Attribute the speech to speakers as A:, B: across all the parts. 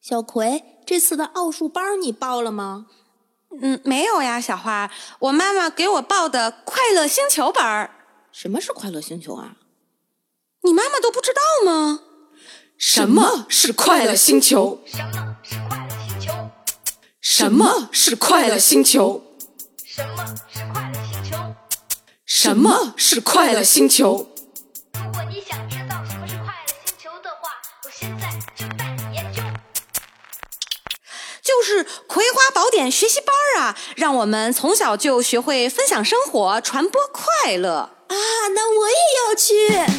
A: 小葵，这次的奥数班你报了吗？
B: 嗯，没有呀，小花，我妈妈给我报的快乐星球班儿。
A: 什么是快乐星球啊？
B: 你妈妈都不知道吗？
C: 什么是快乐星球？
D: 什么是快乐星球？
C: 什么是快乐星球？什么是快乐星
D: 什么是快乐星球？
C: 球？
D: 如果你想知道什么是快乐星球的话，我现在就带你研究。
B: 就是《葵花宝典》学习班儿啊，让我们从小就学会分享生活，传播快乐。
A: 啊，那我也要去。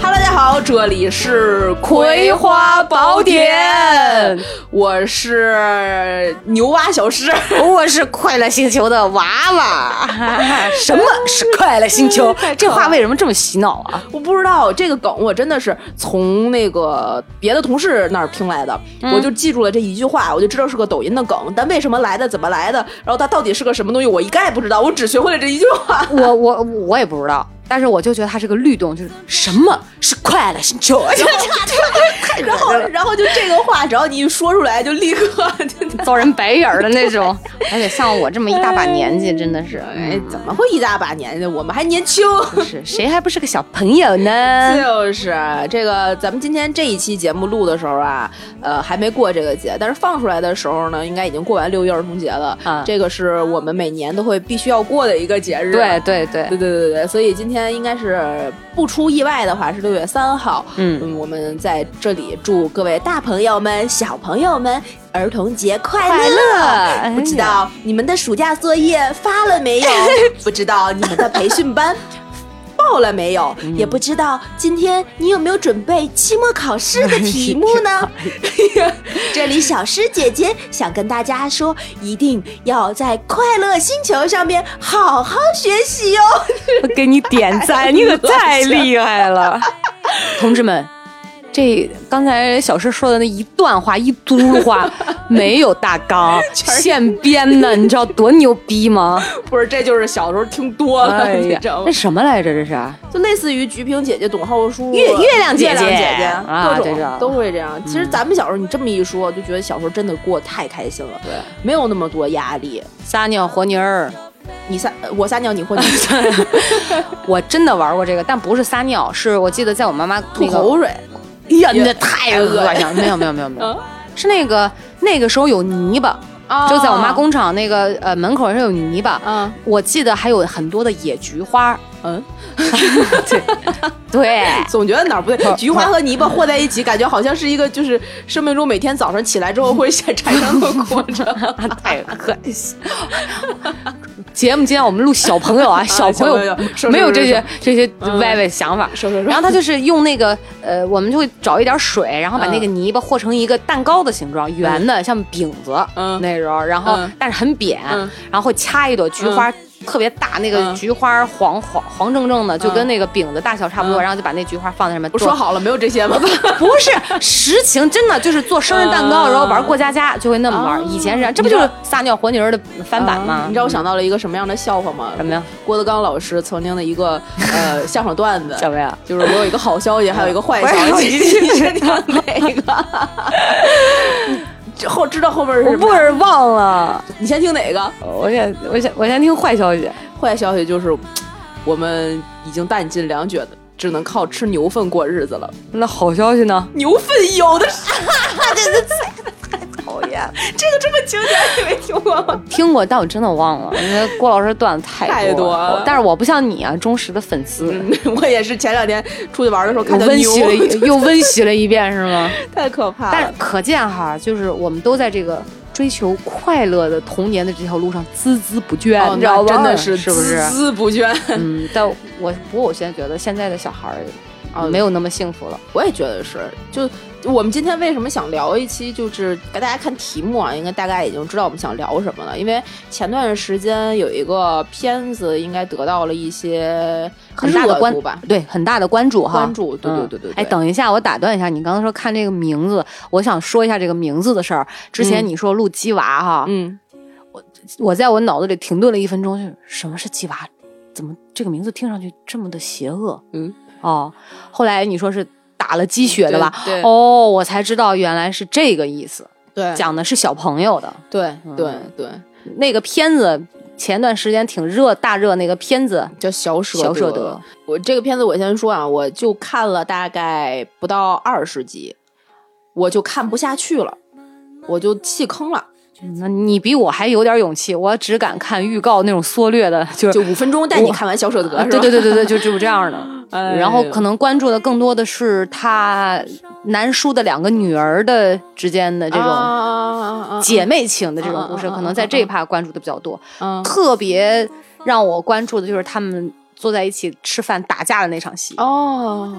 E: Hello，大家好，这里是《葵花 宝典》，我是牛蛙小诗。
B: 我是快乐星球的娃 娃。什么是快乐星球？这话为什么这么洗脑啊？
E: 我不知道这个梗，我真的是从那个别的同事那儿听来的，我就记住了这一句话，我就知道是个抖音的梗，但为什么来的，怎么来的，然后它到底是个什么东西，我一概不知道，我只学会了这一句 话。
F: 我我我也不知道，但是我就觉得它是个律动，就是什么是快乐星球？
E: 然后，然后就这个话，只要你一说出来，就立刻 真的
F: 遭人白眼儿的那 种，而且像我这么一大把年纪，真的是，
E: 哎
F: 哎，，
E: 怎么会一大把年纪？我们还年轻。
F: 是谁还不是个小朋友呢？
E: 就是这个，咱们今天这一期节目录的时候啊，呃，还没过这个节，但是放出来的时候呢，应该已经过完六一儿童节了。
F: 啊
E: 这个是我们每年都会必须要过的一个节日。
F: 对对对
E: 对对对对，所以今天应该是不出意外的话是六月三号。
F: 嗯
E: 我们在这里祝各位大朋友们、小朋友们儿童节快乐！
F: 快乐
E: 不知道你们的暑假作业发了没 有？不知道你们的培训班。 报了没有？也不知道今天你有没有准备期末考试的题目呢？ 这里小诗姐姐想跟大家说，一定要在快乐星球上面好好学习哦哟、
F: 我给你点赞，你可太厉害了， 同志们。这刚才小诗说的那一段话，一嘟 噜话，没有大纲，现编的，你知道多牛逼吗？
E: 不是，这就是小时候听多了，
F: 哎
E: 你
F: 呀
E: 知道，
F: 那
E: 吗？
F: 什么来着？这是
E: 就类似于菊萍姐姐、董浩叔、啊
F: 月月亮姐
E: 月
F: 姐
E: 亮姐姐
F: 啊
E: 各
F: 这
E: 种嗯
F: 种
E: 都会这样。其实咱们小时候，你这么一说，就觉得小时候真的过得太开心了，对，没有那么多压力。
F: 撒尿和泥儿。
E: 你撒呃我撒尿，你 混，你撒
F: 我真的玩过这个，但不是撒尿，是我记得在我妈妈
E: 吐
F: 那个，
E: 口水，哎
F: 呀，那太恶心嗯了，没有没有没有没有，是那个那个时候有泥巴，
E: 啊
F: 就在我妈工厂那个呃门口是有泥巴，
E: 啊，
F: 我记得还有很多的野菊花，
E: 嗯，
F: 对对，
E: 总觉得哪儿不对。
F: 是
E: 菊花和泥巴和在一起，感觉好像是一个就是生命中每天早上起来之后会 产生的过程。
F: 太恶心。节目今天我们录小朋 友啊，小朋友
E: 小朋友说
F: 没有
E: 说
F: 这些这些
E: 嗯
F: 歪歪想法，
E: 说说说
F: 然后他就是用那个呃，我们就会找一点水，然后把
E: 嗯
F: 那个泥巴和成一个蛋糕的形状，圆的像饼子，
E: 嗯
F: 那时候，然后、
E: 嗯
F: 但是很扁，
E: 嗯
F: 然后会掐一朵菊花。特别大，那个
E: 嗯
F: 菊花黄黄黄正正的，就跟那个饼的大小差不多，
E: 嗯
F: 然后就把那菊花放在上面。
E: 不是说好了没有这些吗？
F: 做，不是实情，真的就是做生日蛋糕，
E: 嗯
F: 然后玩过家家就会那么玩。
E: 哦
F: 以前是这样，这不就是撒尿和泥儿的翻版吗？
E: 啊嗯你知道我想到了一个什么样的笑话吗？
F: 什么呀？
E: 郭德纲老师曾经的一个呃相声段子，
F: 小薇啊，
E: 就是我有一个好消息，还有一个坏消息，你是听哪个？你后知道后面是什
F: 我
E: 么
F: 不是忘了，
E: 你先听哪个？
F: 我先我先我先听坏消息。
E: 坏消息就是我们已经弹尽粮绝的。只能靠吃牛粪过日子了。
F: 那好消息呢？
E: 牛粪有的 是，
F: 讨厌，
E: 这个这么经典，你没听过吗？
F: 听过，但我真的忘了，因为郭老师段子太
E: 太多
F: 多
E: 了
F: 但是我不像你啊，忠实的粉丝，
E: 嗯我也是前两天出去玩的时候
F: 又
E: 看到
F: 温
E: 牛
F: 习，了一 又温习了一遍是 吗？
E: 太可怕了。
F: 但是可见哈，就是我们都在这个追求快乐的童年的这条路上孜孜不倦，
E: 哦
F: 你知道吧？
E: 那真的是
F: 是不是？
E: 孜孜不倦。
F: 嗯，但我不过我现在觉得现在的小孩儿
E: 哦
F: 没有那么幸福了。
E: 我也觉得是，就
F: 我们今天为什么想聊一期，就是给大家看题目啊，应该大概已经知道我们想聊什么了。因为前段时间有一个片子，应该得到了一些
B: 很大
F: 热
B: 的
F: 度
B: 关
F: 吧，
B: 对很大的关注哈，
F: 关注对对
B: 嗯
F: 对对对
B: 哎，等一下，我打断一下，你刚才说看这个名字，我想说一下这个名字的事儿。
E: 嗯
B: 之前你说录鸡娃哈，
F: 嗯，
B: 我在我脑子里停顿了一分钟，就是什么是鸡娃？怎么这个名字听上去这么的邪恶？
F: 嗯，
B: 哦，后来你说是打了鸡血的吧？
F: 对对
B: 哦，我才知道原来是这个意思，
F: 对
B: 讲的是小朋友的
F: 对对
B: 嗯
F: 对，
B: 那个片子。前段时间挺热，大热那个片子
F: 叫小舍
B: 小舍得，
F: 我这个片子我先说啊，我就看了大概不到二十集，我就看不下去了，我就弃坑了，
B: 那你比我还有点勇气，我只敢看预告那种缩略的，就是
F: 就五分钟带你看完小舍得，
B: 啊
F: 是
B: 对
F: 吧
B: 对对对对，就就这样的。
F: 哎呦
B: 然后可能关注的更多的是他男叔的两个女儿的之间的这
F: 啊
B: 种
F: 种
B: 姐妹情的这种
F: 啊
B: 故
F: 啊
B: 事，
F: 啊啊
B: 可能在这一趴关注的比较多。
F: 嗯
B: 特别让我关注的就是他们坐在一起吃饭打架的那场戏。
F: 哦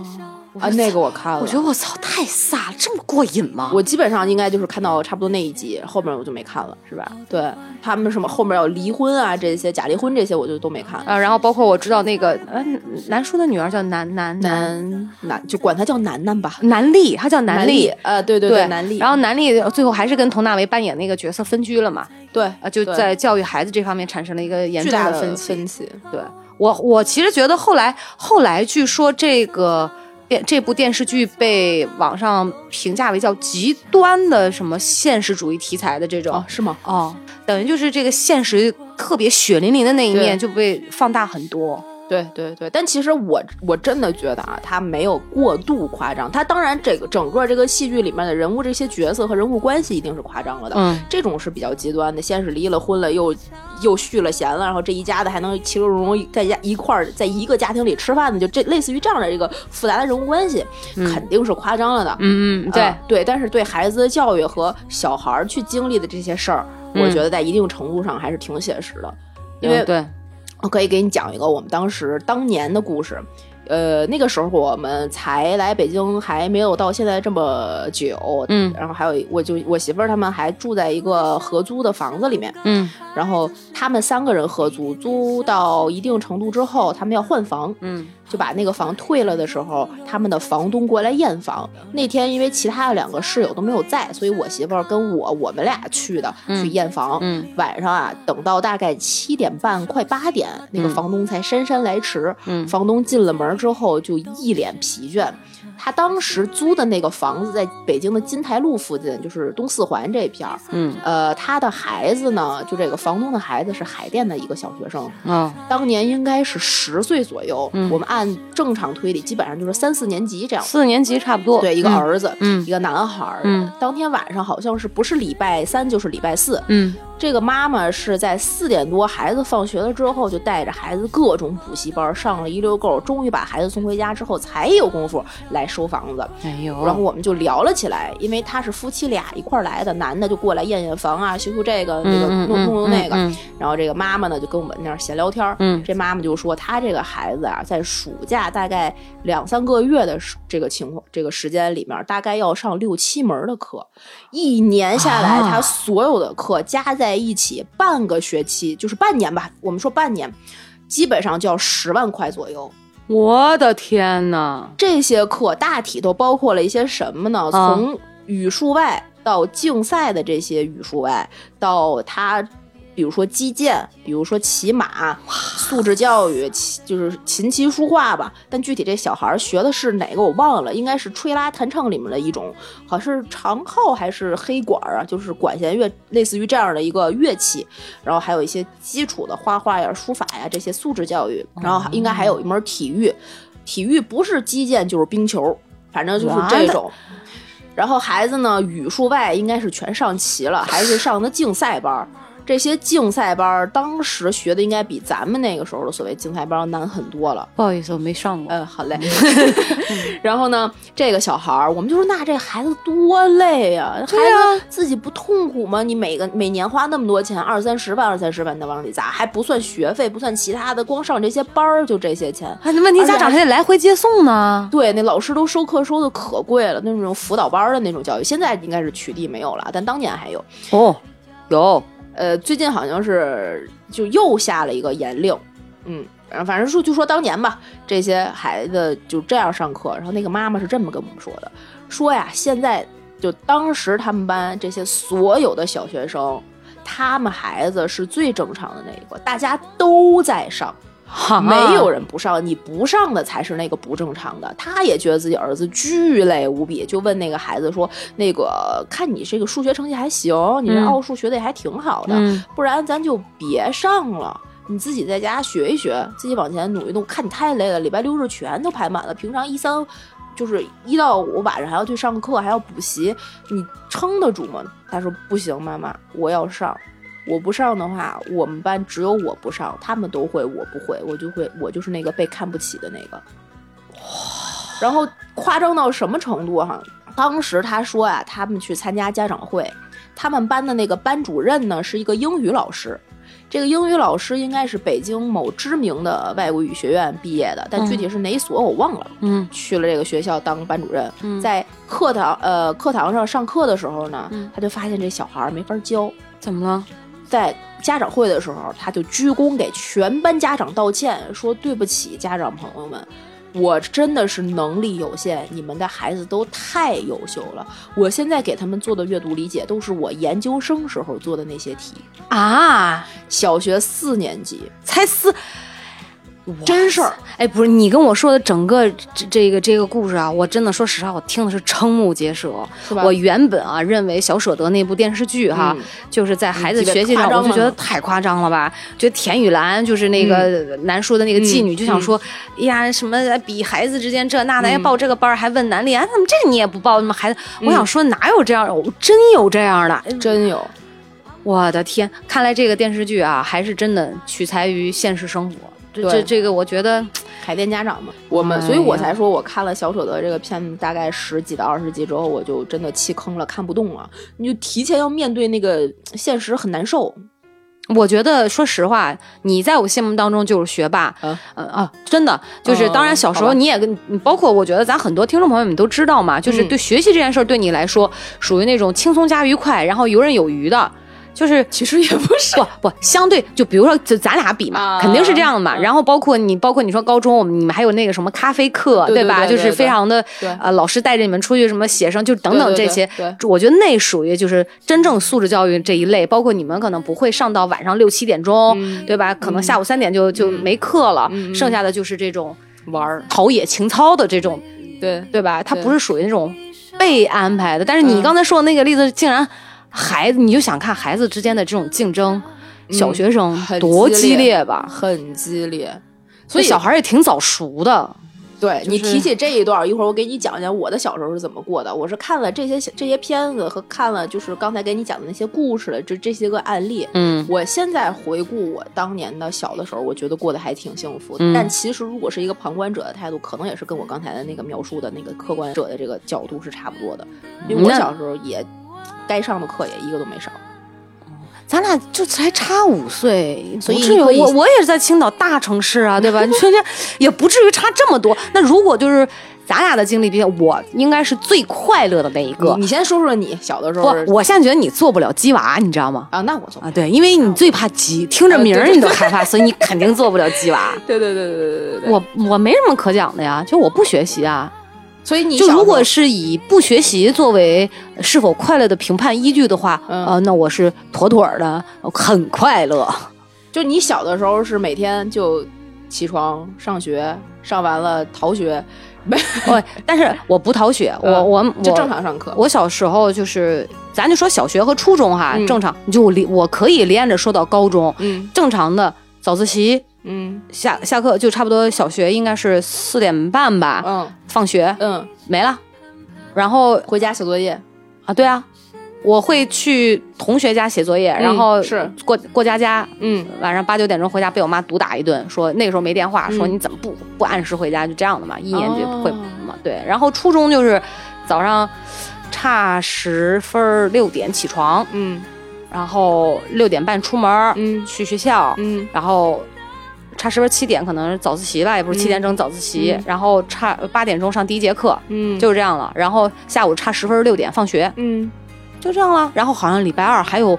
F: 啊，那个我看了，
B: 我觉得我操，太飒了，这么过瘾吗？
F: 我基本上应该就是看到差不多那一集，后面我就没看了，是吧？对他们什么后面有离婚啊这些假离婚这些我就都没看。
B: 啊，然后包括我知道那个呃，南叔的女儿叫南南
F: 南南就管他叫楠楠吧，
B: 南丽，她叫南丽。
F: 呃，对对
B: 对，
F: 南丽，
B: 然后南丽最后还是跟佟大为扮演那个角色分居了嘛，
F: 对
B: 啊，就
F: 对
B: 在教育孩子这方面产生了一个严
F: 巨
B: 重
F: 大
B: 分歧。
F: 分歧，
B: 对我，我其实觉得后来后来据说这个电这部电视剧被网上评价为叫极端的什么现实主义题材的这种
F: 哦，是吗？
B: 哦等于就是这个现实特别血淋淋的那一
F: 对
B: 面就被放大很多。
F: 对对对，但其实我我真的觉得啊，他没有过度夸张。他当然这个整个这个戏剧里面的人物这些角色和人物关系一定是夸张了的，
B: 嗯，
F: 这种是比较极端的。先是离了婚了，又又续了弦了，然后这一家子还能其乐融融在家一块儿在一个家庭里吃饭的，就这类似于这样的一个复杂的人物关系，肯定是夸张了的。
B: 嗯嗯，
F: 呃对，但是对孩子的教育和小孩儿去经历的这些事儿，我
B: 嗯
F: 觉得在一定程度上还是挺写实的，
B: 因
F: 因为
B: 为嗯对，
F: 我可以给你讲一个我们当时当年的故事。呃，那个时候我们才来北京，还没有到现在这么久。
B: 嗯
F: 然后还有一我就我媳妇儿他们还住在一个合租的房子里面，
B: 嗯
F: 然后他们三个人合租，租到一定程度之后，他们要换房，
B: 嗯，
F: 就把那个房退了的时候，他们的房东过来验房。那天因为其他的两个室友都没有在，所以我媳妇儿跟我我们俩去的、
B: 嗯
F: 去验房。
B: 嗯
F: 晚上啊，等到大概七点半快八点，那个
B: 嗯
F: 房东才姗姗来迟。
B: 嗯
F: 房东进了门之后就一脸疲倦。他当时租的那个房子在北京的金台路附近，就是东四环这片儿。
B: 嗯
F: 呃，他的孩子呢，就这个房东的孩子是海淀的一个小学生，
B: 哦
F: 当年应该是十岁左右。
B: 嗯
F: 我们按正常推理，基本上就是三四年级这样。
B: 四年级差不多，
F: 对，一个
B: 嗯
F: 儿子，
B: 嗯
F: 一个男孩儿。
B: 嗯
F: 当天晚上好像是不是礼拜三就是礼拜四，
B: 嗯
F: 这个妈妈是在四点多孩子放学了之后，就带着孩子各种补习班上了一溜够，终于把孩子送回家之后，才有功夫来收房子。
B: 哎呦，
F: 然后我们就聊了起来，因为他是夫妻俩一块儿来的，男的就过来验验房啊，修修这个，那个
B: 嗯嗯
F: 弄弄
B: 嗯
F: 弄那个。
B: 嗯
F: 然后这个妈妈呢就跟我们那儿闲聊天儿，
B: 嗯
F: 这妈妈就说她这个孩子啊，在暑假大概两三个月的时这个情况这个时间里面，大概要上六七门儿的课，一年下来，
B: 啊
F: 他所有的课加在一起，半个学期就是半年吧，我们说半年，基本上就要十万块左右。
B: 我的天呐！
F: 这些课大体都包括了一些什么呢？
B: 啊
F: 从语数外到竞赛的这些语数外，到他。比如说击剑，比如说骑马，素质教育，琴就是琴棋书画吧。但具体这小孩儿学的是哪个我忘了，应该是吹拉弹唱里面的一种，好像是长号还是黑管儿啊，就是管弦乐，类似于这样的一个乐器。然后还有一些基础的画画呀、书法呀这些素质教育，然后应该还有一门体育，体育不是击剑就是冰球，反正就是这种。然后孩子呢，语数外应该是全上齐了，还是上的竞赛班儿。这些竞赛班儿当时学的应该比咱们那个时候的所谓竞赛班儿难很多了。
B: 不好意思，我没上过。
F: 嗯，好嘞。 然后呢，这个小孩儿，我们就说，那这孩子多累呀、孩子自己不痛苦吗？你每个每年花那么多钱，二三十万，二三十万的往里砸，还不算学费，不算其他的，光上这些班儿就这些钱。
B: 啊，那问题家长还得来回接送呢。
F: 对，那老师都收课收的可贵了，那种辅导班儿的那种教育，现在应该是取缔没有了，但当年还有。
B: 哦，有
F: 呃，最近好像是就又下了一个严令，嗯，然后反正说就说当年吧，这些孩子就这样上课，然后那个妈妈是这么跟我们说的，说呀，现在就当时他们班这些所有的小学生，他们孩子是最正常的那一个，大家都在上。
B: 啊
F: 没有人不上，你不上的才是那个不正常的。他也觉得自己儿子巨累无比，就问那个孩子说：“那个看你这个数学成绩还行，你这
B: 嗯
F: 奥数学的也还挺好的，
B: 嗯
F: 不然咱就别上了。”你自己在家学一学，自己往前努一努。看你太累了，礼拜六日全都排满了，平常一三就是一到五晚上还要去上课，还要补习，你撑得住吗？他说不行，妈妈，我要上。我不上的话，我们班只有我不上，他们都会，我不会，我就会，我就是那个被看不起的那个。然后夸张到什么程度哈、当时他说啊，他们去参加家长会，他们班的那个班主任呢是一个英语老师，这个英语老师应该是北京某知名的外国语学院毕业的，但具体是哪所我忘了。
B: 嗯，
F: 去了这个学校当班主任，
B: 嗯
F: 在课堂呃课堂上上课的时候呢，
B: 嗯
F: 他就发现这小孩儿没法教，
B: 怎么了？
F: 在家长会的时候，他就鞠躬给全班家长道歉，说对不起，家长朋友们。我真的是能力有限，你们的孩子都太优秀了。我现在给他们做的阅读理解都是我研究生时候做的那些题，
B: 啊，
F: 小学四年级，
B: 才四，
F: 真事儿。
B: 哎，不是你跟我说的整个这这个这个故事啊，我真的说实话，我听的是瞠目结舌。
F: 是吧
B: 我原本啊认为小舍得那部电视剧哈，
F: 嗯
B: 就是在孩子
F: 嗯
B: 学习上，
F: 特别夸张
B: 我就觉得
F: 嘛
B: 太夸张了吧？觉得田雨岚就是那个
F: 嗯
B: 南叔的那个妓女，就想说，哎呀，什么比孩子之间这那
F: 嗯
B: 的，要报这个班儿还问南丽，啊，怎么这个你也不报？怎么孩子？我想说哪有这样？我真有这样的，
F: 真有，
B: 我的天！看来这个电视剧啊，还是真的取材于现实生活。这
F: 对
B: 这这个，我觉得
F: 海淀家长嘛，我们，
B: 哎呀
F: 所以我才说，我看了小舍得这个片子大概十几到二十集之后，我就真的弃坑了，看不动了。你就提前要面对那个现实，很难受。
B: 我觉得，说实话，你在我心目当中就是学霸，
F: 啊
B: 呃啊，真的就是。
F: 哦
B: 当然，小时候
F: 好吧
B: 你也跟，你包括我觉得咱很多听众朋友们都知道嘛，就是
F: 嗯
B: 对学习这件事儿对你来说，属于那种轻松加愉快，然后游刃有余的，就是
F: 其实也不是，
B: 不不相对，就比如说就咱俩比嘛，
F: 啊
B: 肯定是这样的嘛。然后包括你，包括你说高中，我们你们还有那个什么咖啡课，
F: 对对
B: 吧？
F: 对对
B: 就是非常的
F: 对
B: 呃，老师带着你们出去什么写生，就等等
F: 对对
B: 这些。
F: 对
B: 我觉得那属于就是真正素质教育这一类，包括你们可能不会上到晚上六七点钟，
F: 嗯
B: 对吧？可能下午三点就、就没课了，剩下的就是这种
F: 玩儿，
B: 陶冶情操的这种，
F: 对
B: 对吧？它
F: 对
B: 不是属于那种被安排的。但是你刚才说的那个例子，竟然孩子，你就想看孩子之间的这种竞争，小学生
F: 嗯很
B: 多
F: 激
B: 激
F: 烈
B: 烈吧？
F: 很激烈。
B: 所以小孩儿也挺早熟的。
F: 对、你
B: 就是
F: 提起这一段儿，一会儿我给你讲讲我的小时候是怎么过的。我是看了这些这些片子和看了就是刚才给你讲的那些故事的这这些个案例，
B: 嗯，
F: 我现在回顾我当年的小的时候，我觉得过得还挺幸福的。
B: 嗯
F: 但其实如果是一个旁观者的态度，可能也是跟我刚才的那个描述的那个客观者的这个角度是差不多的。因为我
B: 那
F: 小时候也该上的课也一个都没上。
B: 咱俩就才差五岁，
F: 所以
B: 不至于
F: 你可以
B: 我我也是在青岛大城市啊， 对吧？你说这也不至于差这么多。那如果就是咱俩的经历比较，我应该是最快乐的那一个
F: 你。你先说说你小的时候
B: 不，我现在觉得你做不了鸡娃，你知道吗？
F: 啊，那我做
B: 啊，对，因为你最怕鸡，听着名儿你都害怕，所以你肯定做不了鸡 娃。
F: 对对对对对对对。
B: 我我没什么可讲的呀，就我不学习啊。
F: 所以你
B: 就
F: 小
B: 如
F: 时
B: 果
F: 候
B: 是以不学习作为是否快乐的评判依据的话，
F: 嗯
B: 呃，那我是妥妥的很快乐。
F: 就你小的时候是每天就起床上学，上完了逃学，没
B: 我哦但是我不逃学，我我我
F: 嗯就正常上课。
B: 我小时候就是，咱就说小学和初中哈，
F: 嗯
B: 正常就我连我可以连着说到高中，
F: 嗯
B: 正常的早自习
F: 嗯
B: 下下课就差不多，小学应该是四点半吧，
F: 嗯
B: 放学
F: 嗯，
B: 没了，然后
F: 回家写作业。
B: 啊对啊，我会去同学家写作业，然后
F: 嗯是
B: 过过家家，
F: 嗯，
B: 晚上八九点钟回家被我妈毒打一顿，说那个时候没电话，
F: 嗯
B: 说你怎么不不按时回家，就这样的嘛，一年级
F: 哦
B: 会嘛，对。然后初中就是早上差十分儿六点起床，
F: 嗯
B: 然后六点半出门，
F: 嗯
B: 去学校，
F: 嗯
B: 然后差十分七点可能是早自习了，也不
F: 嗯
B: 是七点整早自习，然后差呃八点钟上第一节课，
F: 嗯，
B: 就是这样了。然后下午差十分六点放学，
F: 嗯
B: 就这样了。然后好像礼拜二还有，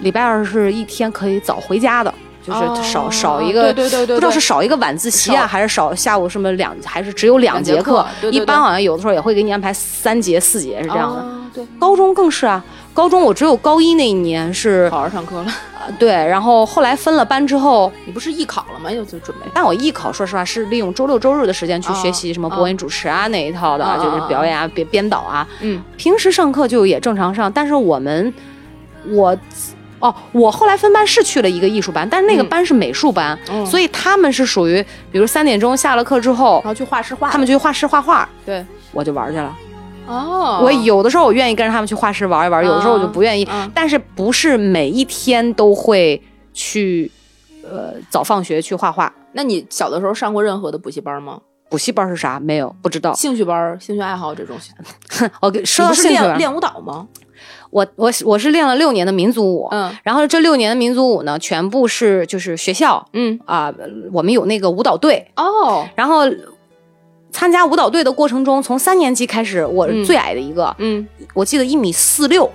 B: 礼拜二是一天可以早回家的，就是少、少一个，
F: 哦对对对对
B: 不知道是少一个晚自习啊，
F: 少
B: 还是少下午什么两，还是只有两节
F: 两节课对对对
B: 一般好像有的时候也会给你安排三节、四节是这样的。
F: 啊对，
B: 高中更是啊，高中我只有高一那一年是
F: 好好上课了。
B: 对，然后后来分了班之后，
F: 你不是艺考了吗？又就准备
B: 但我艺考，说实话是利用周六周日的时间
F: 哦
B: 去学习什么播音主持啊那一套的，
F: 啊啊啊
B: 就是表演啊、编编导啊。
F: 嗯，
B: 平时上课就也正常上，但是我们我哦，我后来分班是去了一个艺术班，但是那个班是美术班，
F: 嗯
B: 所以他们是属于，比如三点钟下了课之后
F: 然，后去画室画。
B: 他们去画室画画，
F: 对，
B: 我就玩去了。
F: 哦
B: 我有的时候我愿意跟着他们去画室玩一玩，有的时候我就不愿意，
F: 啊
B: 但是不是每一天都会去，呃，早放学去画画。
F: 那你小的时候上过任何的补习班吗？
B: 补习班是啥？没有，不知道。
F: 兴趣班、兴趣爱好这种？
B: 我哦给哦说
F: 你
B: 到
F: 不是
B: 兴趣
F: 练
B: 班，
F: 练舞蹈吗？
B: 我我我是练了六年的民族舞，
F: 嗯
B: 然后这六年的民族舞呢，全部是就是学校
F: 嗯，
B: 啊、我们有那个舞蹈队，
F: 哦，
B: 然后参加舞蹈队的过程中，从三年级开始，我是
F: 嗯
B: 最矮的一个，
F: 嗯，
B: 我记得一米四六，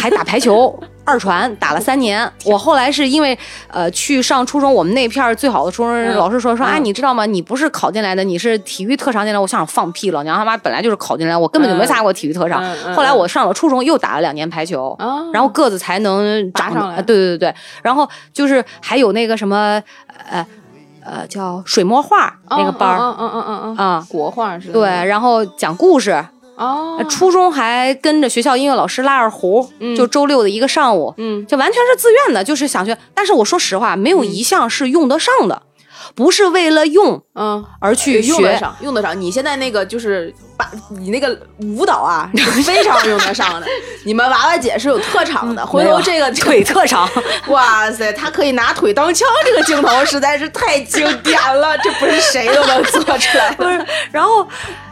B: 还打排 球。二传打了三年，我后来是因为呃去上初中，我们那片儿最好的初中
F: 嗯
B: 老师说说啊，
F: 嗯
B: 你知道吗？你不是考进来的，你是体育特长进来。我想放屁，老娘他妈本来就是考进来，我根本就没
F: 嗯
B: 啥过体育特长
F: 嗯嗯。
B: 后来我上了初中又打了两年排球，
F: 啊，
B: 然后个子才能长
F: 拔上来
B: 呃对对对对，然后就是还有那个什么呃呃叫水墨画那个班儿
F: 嗯嗯嗯嗯嗯嗯，
B: 啊。
F: 国画是
B: 对，然后讲故事，
F: 哦，
B: 初中还跟着学校音乐老师拉二胡，就周六的一个上午，
F: 嗯
B: 这完全是自愿的，就是想去。但是我说实话，没有一项是用得上的，不是为了用
F: 嗯，
B: 而去
F: 用得
B: 学。
F: 上，用得上。你现在那个就是把你那个舞蹈 啊，是非常用得上的。你们娃娃姐是有特长的，
B: 嗯
F: 回
B: 没有
F: 头这个
B: 腿特长，
F: 哇塞，她可以拿腿当枪，这个镜头实在是太经典了，这不是谁都能做出来的。
B: 然后，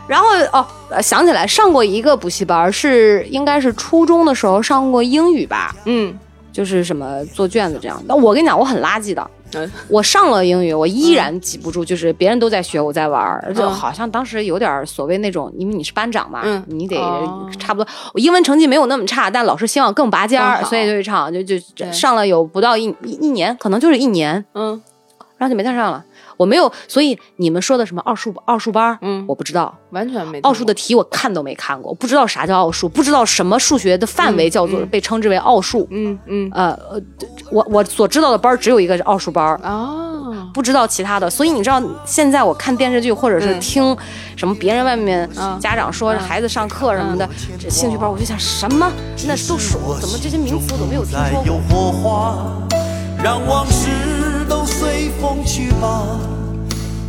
B: 然后哦，呃想起来上过一个补习班儿，是应该是初中的时候上过英语吧，
F: 嗯，
B: 就是什么做卷子这样。那我跟你讲，我很垃圾的
F: 嗯。
B: 我上了英语，我依然记不住，就是别人都在学，我在玩儿，就
F: 嗯
B: 好像当时有点儿所谓那种，因为你是班长嘛
F: 嗯，
B: 你得
F: 哦
B: 差不多。我英文成绩没有那么差，但老师希望更拔尖儿，
F: 更好
B: 所以就一场就就
F: 对
B: 上了有不到一一一年，可能就是一年，
F: 嗯，
B: 然后就没再上了。我没有，所以你们说的什么奥数奥数班儿，
F: 嗯
B: 我不知道。
F: 完全没
B: 奥数的题我看都没看过，不知道啥叫奥数，不知道什么数学的范围叫做、被称之为奥数。
F: 嗯嗯
B: 呃，呃我我所知道的班儿只有一个是奥数班儿，
F: 哦，
B: 不知道其他的。所以你知道，现在我看电视剧或者是
F: 嗯
B: 听什么别人外面
F: 嗯
B: 家长说孩子上课什么的，这兴趣班儿，我就想什么那都是我怎么这些名词我都没有听说过
G: 有。火花，让往事都随风去吧。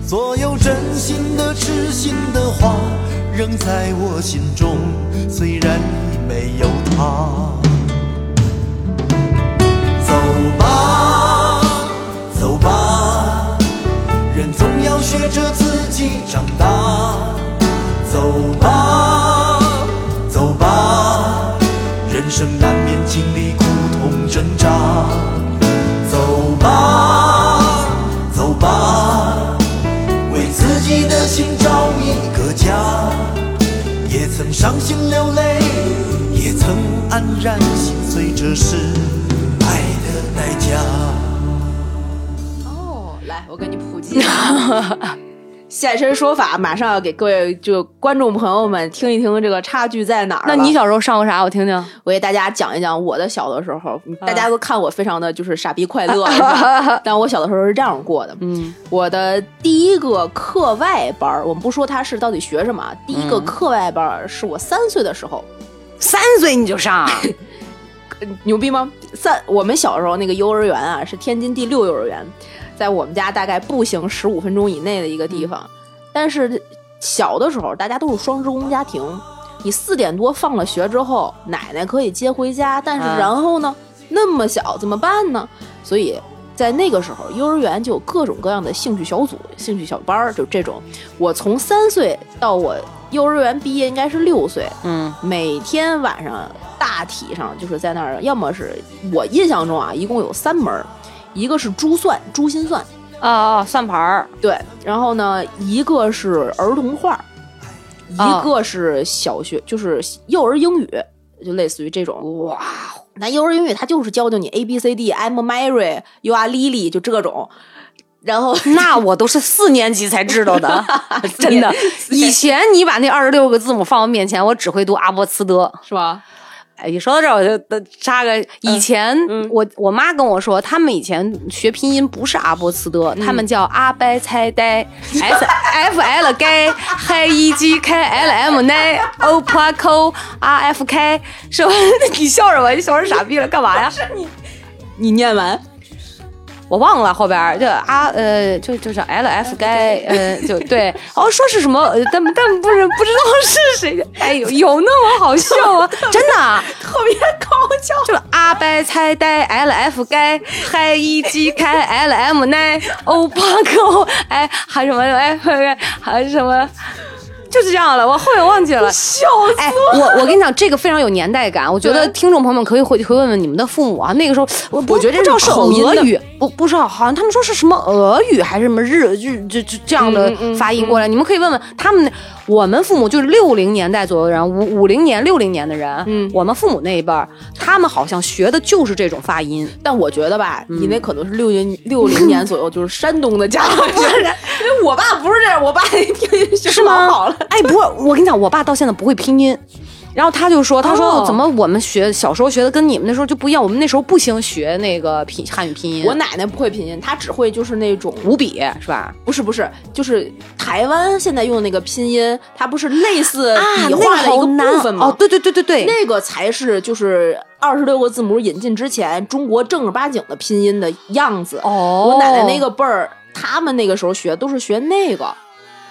G: 所有真心的、痴心的话，仍在我心中，虽然已没有他。走吧，走吧，人总要学着自己长大。走吧，走吧，人生难免经历苦痛挣扎。走吧，走吧，为自己的心找一个家。也曾伤心流泪，也曾黯然心碎，这是爱的代价。
F: 哦来，我给你普及一下 现身说法，马上要给各位就观众朋友们听一听这个差距在哪儿
B: 那
F: 了。
B: 你小时候上过啥？我听听。
F: 我给大家讲一讲我的小的时候，大家都看我非常的就是傻逼快乐，是 吧但我小的时候是这样过的。
B: 嗯，
F: 我的第一个课外班儿，我们不说他是到底学什么啊，第一个课外班儿是我三岁的时候，
B: 三岁你就上啊，
F: 牛逼吗？三，我们小时候那个幼儿园啊，是天津第六幼儿园，在我们家大概步行十五分钟以内的一个地方。但是小的时候，大家都是双职工家庭，你四点多放了学之后，奶奶可以接回家，但是然后呢，那么小怎么办呢？所以在那个时候，幼儿园就有各种各样的兴趣小组、兴趣小班儿，就这种。我从三岁到我幼儿园毕业应该是六岁，
B: 嗯，
F: 每天晚上大体上就是在那儿，要么是我印象中啊，一共有三门儿，一个是珠算、珠心算，
B: 哦哦，算盘儿，
F: 对，然后呢，一个是儿童画儿，
B: 哦
F: 一个是小学，就是幼儿英语，就类似于这种。哇，那幼儿英语它就是教教你 A B C D，I'm Mary，You are Lily，就这种。然后
B: 那我都是四年级才知道 的，真的。以前你把那二十六个字母放我面前，我只会读阿波茨德。
F: 是吧？
B: 哎，一说到这儿，我就呃插个，
F: 嗯
B: 以前我我妈跟我说，他们以前学拼音不是阿波茨德，他
F: 嗯
B: 们叫阿掰猜呆，S F L 该 H I G K L M N O P A Q R F K，是吧？ 你笑什么？你笑成傻逼了，干嘛呀？
F: 你念完
B: 我忘了后边儿就啊呃就就是 L F 该呃就对哦说是什么，呃但但不是不知道是谁的，哎呦有那么好笑吗？ 真的啊特别搞笑，就是阿掰猜呆 L F 该嗨一击开 L M 奈欧巴狗哎还什么哎还还什么。就是这样了，我后面忘记了，笑死哎，我我跟你讲，这个非常有年代感，我觉得听众朋友们可以回回问问你们的父母啊，那个时候我不
F: 我觉得这
B: 不知道
F: 是
B: 是
F: 口音
B: 俄
F: 的
B: 语，不不知道，好像他们说是什么俄语还是什么日日就就这样
F: 嗯
B: 的发音过来，你们可以问问他们那。我们父母就是六零年代左右的人，五五零年六零年的人，嗯，我们父母那一辈儿，他们好像学的就是这种发音，
F: 但我觉得吧，
B: 嗯
F: 你那可能是六零六零年左右，就是山东的家 长，因为我爸不是这样，我爸那听音就是老
B: 吗？
F: 好了。
B: 哎，不过我跟你讲，我爸到现在不会拼音。然后他就说：“他说
F: 哦
B: 怎么我们学小时候学的跟你们那时候就不一样？我们那时候不兴学那个拼汉语拼音，
F: 我奶奶不会拼音，她只会就是那种
B: 五笔是吧？
F: 不是不是，就是台湾现在用的那个拼音，它不是类似笔
B: 啊那
F: 画的一
B: 好
F: 啊个
B: 难
F: 部分吗？
B: 哦，对对对对对，
F: 那个才是就是二十六个字母引进之前中国正儿八经的拼音的样子。
B: 哦
F: 我奶奶那个辈儿，他们那个时候学都是学那个，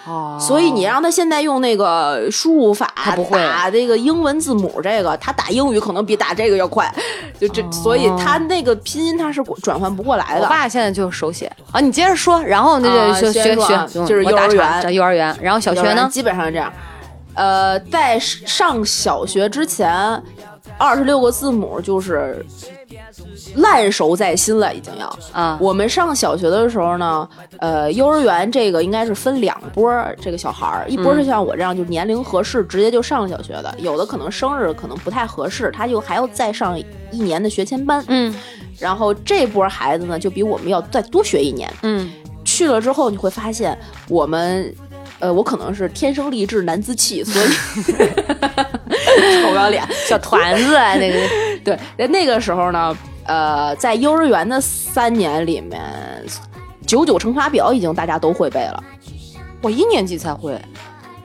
B: 哦，
F: 所以你让他现在用那个输入法
B: 他不会
F: 打这个英文字母，这个他打英语可能比打这个要快，就这，所以他那个拼音他是转换不过来
B: 哦我
F: 的。
B: 爸现在就是手写啊，你接着说，然后那
F: 啊
B: 就学学
F: 先说啊
B: 学，
F: 就是
B: 我
F: 幼
B: 打
F: 儿
B: 岔
F: 园
B: 这幼儿园，然后小
F: 要
B: 学
F: 不然
B: 呢？
F: 基本上是这样。呃，在上小学之前，二十六个字母就是烂熟在心了，已经要。
B: 啊，
F: 我们上小学的时候呢，呃，幼儿园这个应该是分两波儿，这个小孩儿，一波
B: 嗯
F: 是像我这样就年龄合适直接就上小学的，有的可能生日可能不太合适，他就还要再上一年的学前班。
B: 嗯
F: 然后这波孩子呢，就比我们要再多学一年。
B: 嗯，
F: 去了之后，你会发现我们，呃，我可能是天生丽质难自弃， 所以臭不要脸。
B: 小团子啊那个
F: 对，那个时候呢，呃，在幼儿园的三年里面，九九乘法表已经大家都会背了。
B: 我一年级才会，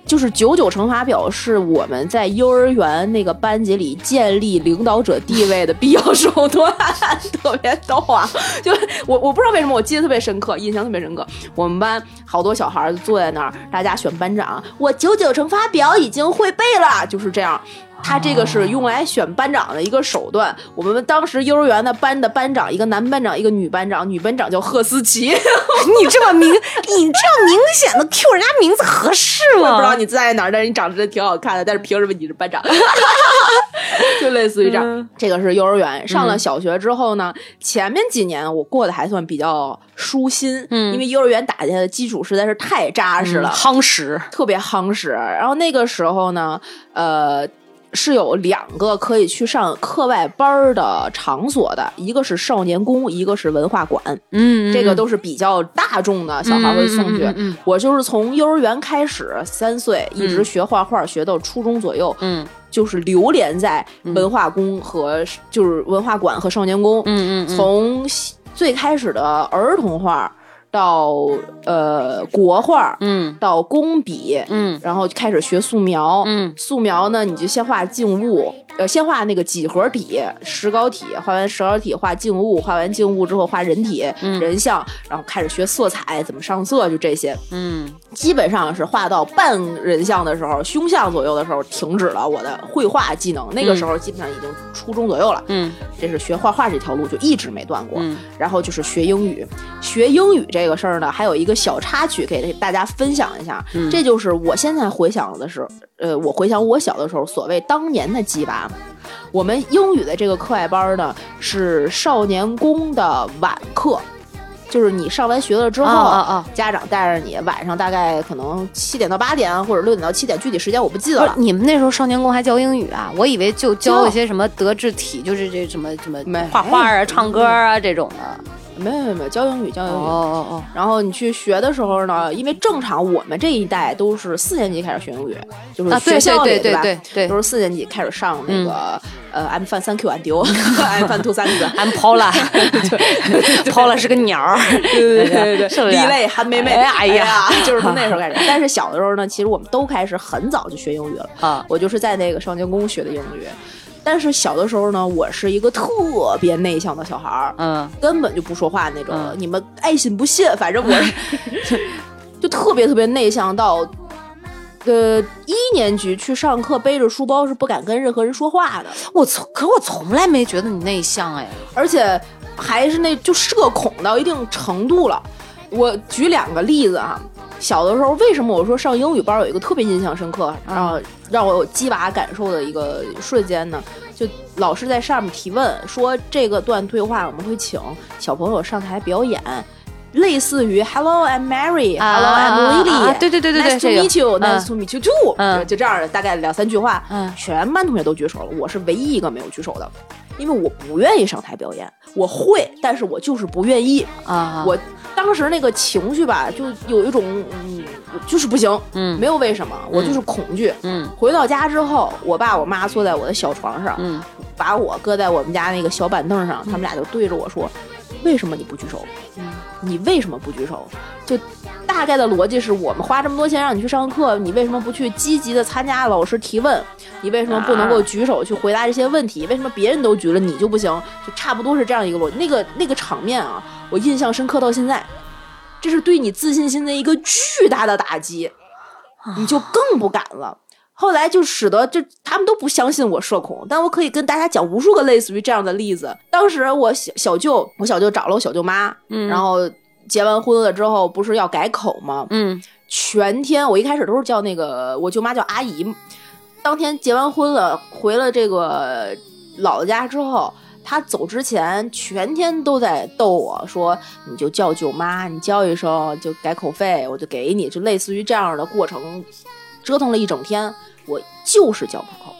F: 就是九九乘法表是我们在幼儿园那个班级里建立领导者地位的必要手段， 特别逗啊！就我我不知道为什么，我记得特别深刻，印象特别深刻。我们班好多小孩儿坐在那儿，大家选班长，我九九乘法表已经会背了，就是这样。他这个是用来选班长的一个手段。我们当时幼儿园的班的班长，一个男班长，一个女班长，女班长叫贺思琪。
B: 你这么明，你这么明显的 Q 人家名字合适
F: 我也不知道
B: 吗？
F: 你在哪儿，但是你长得真的挺好看的，但是凭什么你是班长？ 就类似于这样。这个是幼儿园，上了小学之后呢，前面几年我过得还算比较舒心，
B: 嗯
F: 因为幼儿园打下的基础实在是太扎实了，
B: 夯实，
F: 特别夯实。然后那个时候呢，呃。是有两个可以去上课外班儿的场所的，一个是少年宫，一个是文化馆。
B: 嗯，
F: 这个都是比较大众的小孩会送去。
B: 嗯嗯嗯嗯嗯
F: 我就是从幼儿园开始，三岁一直学画画，学到初中左右，
B: 嗯
F: 就是流连在文化宫和、就是文化馆和少年宫。
B: 嗯嗯嗯
F: 从最开始的儿童画。到呃国画，
B: 嗯
F: 到工笔，
B: 嗯
F: 然后就开始学素描。
B: 嗯
F: 素描呢，你就先画静物，呃，先画那个几何体、石膏体，画完石膏体画静物，画完静物之后画人体、
B: 嗯
F: 人像，然后开始学色彩，怎么上色，就这些。
B: 嗯，
F: 基本上是画到半人像的时候，胸像左右的时候停止了我的绘画技能。那个时候基本上已经初中左右了。
B: 嗯，
F: 这是学画画这条路就一直没断过。
B: 嗯
F: 然后就是学英语，学英语这个事儿呢，还有一个小插曲给大家分享一下。这就是我现在回想的是，呃，我回想我小的时候所谓当年的鸡巴。我们英语的这个课外班呢，是少年宫的晚课，就是你上完学了之后，
B: 啊啊啊
F: 家长带着你晚上大概可能七点到八点，啊或者六点到七点，具体时间我不记得
B: 不是
F: 了。
B: 你们那时候少年宫还教英语啊？我以为就教
F: 教
B: 一些什么德智体，就是这什么什么
F: 没
B: 画画啊、唱歌啊这种的。
F: 没有没有没有，教英语教
B: 哦
F: 英语。
B: 哦
F: 然后你去学的时候呢，
B: 嗯
F: 因为正常我们这一代都是四年级开始学英语，就
B: 哦，
F: 是
B: 啊，对
F: 学校里、
B: 对对
F: 吧？
B: 对对
F: 都
B: 对
F: 是四年级开始上那个、呃，M Fun Thank You and You，M Fun Two Thank You，
B: 嗯，I'm Paula，，Paula 是个鸟 儿，
F: 对对对
B: 是
F: 对，
B: 不是
F: 地类韩梅梅，
B: 哎呀
F: 就是从那时 候开始。但是小的时候呢，其实我们都开始很早就学英语了。
B: 啊，
F: 我就是在那个少年宫学的英语。但是小的时候呢，我是一个特别内向的小孩儿，
B: 嗯
F: 根本就不说话那种。
B: 嗯
F: 你们爱信不信，反正我是就特别特别内向到，呃，一年级去上课背着书包是不敢跟任何人说话的，
B: 我从可我从来没觉得你内向哎，
F: 而且还是那就社恐到一定程度了。我举两个例子啊，小的时候为什么我说上英语班有一个特别印象深刻，然后让我有鸡巴感受的一个瞬间呢？就老师在上面提问说这个段对话我们会请小朋友上台表演。类似于 “Hello, I'm Mary,、
B: 啊
F: Hello,
B: 啊
F: I'm
B: 啊
F: Lily,、
B: 啊对对对对对
F: Nice to
B: 这个
F: meet you,、
B: 嗯
F: Nice to meet you too”，、
B: 嗯
F: 就这样的大概两三句话，
B: 嗯
F: 全班同学都举手了，我是唯一一个没有举手的。因为我不愿意上台表演，我会，但是我就是不愿意。
B: 啊，
F: 我当时那个情绪吧，就有一种，嗯，我就是不行，
B: 嗯
F: 没有为什么，我就是恐惧。
B: 嗯
F: 回到家之后，我爸我妈坐在我的小床上，
B: 嗯
F: 把我搁在我们家那个小板凳上，他们俩就对着我说：“为什么你不举手？你为什么不举手？”就大概的逻辑是我们花这么多钱让你去上课，你为什么不去积极的参加老师提问？你为什么不能够举手去回答这些问题？为什么别人都举了你就不行？就差不多是这样一个逻辑。那个那个场面啊，我印象深刻到现在，这是对你自信心的一个巨大的打击，你就更不敢了。后来就使得就他们都不相信我社恐，但我可以跟大家讲无数个类似于这样的例子。当时我小小舅，我小舅找了我小舅妈，
B: 嗯
F: 然后结完婚了之后不是要改口吗？
B: 嗯
F: 全天我一开始都是叫那个我舅妈叫阿姨，当天结完婚了，回了这个姥姥家之后，她走之前全天都在逗我说，你就叫舅妈，你叫一声就改口费，我就给你，就类似于这样的过程，折腾了一整天，我就是叫不口，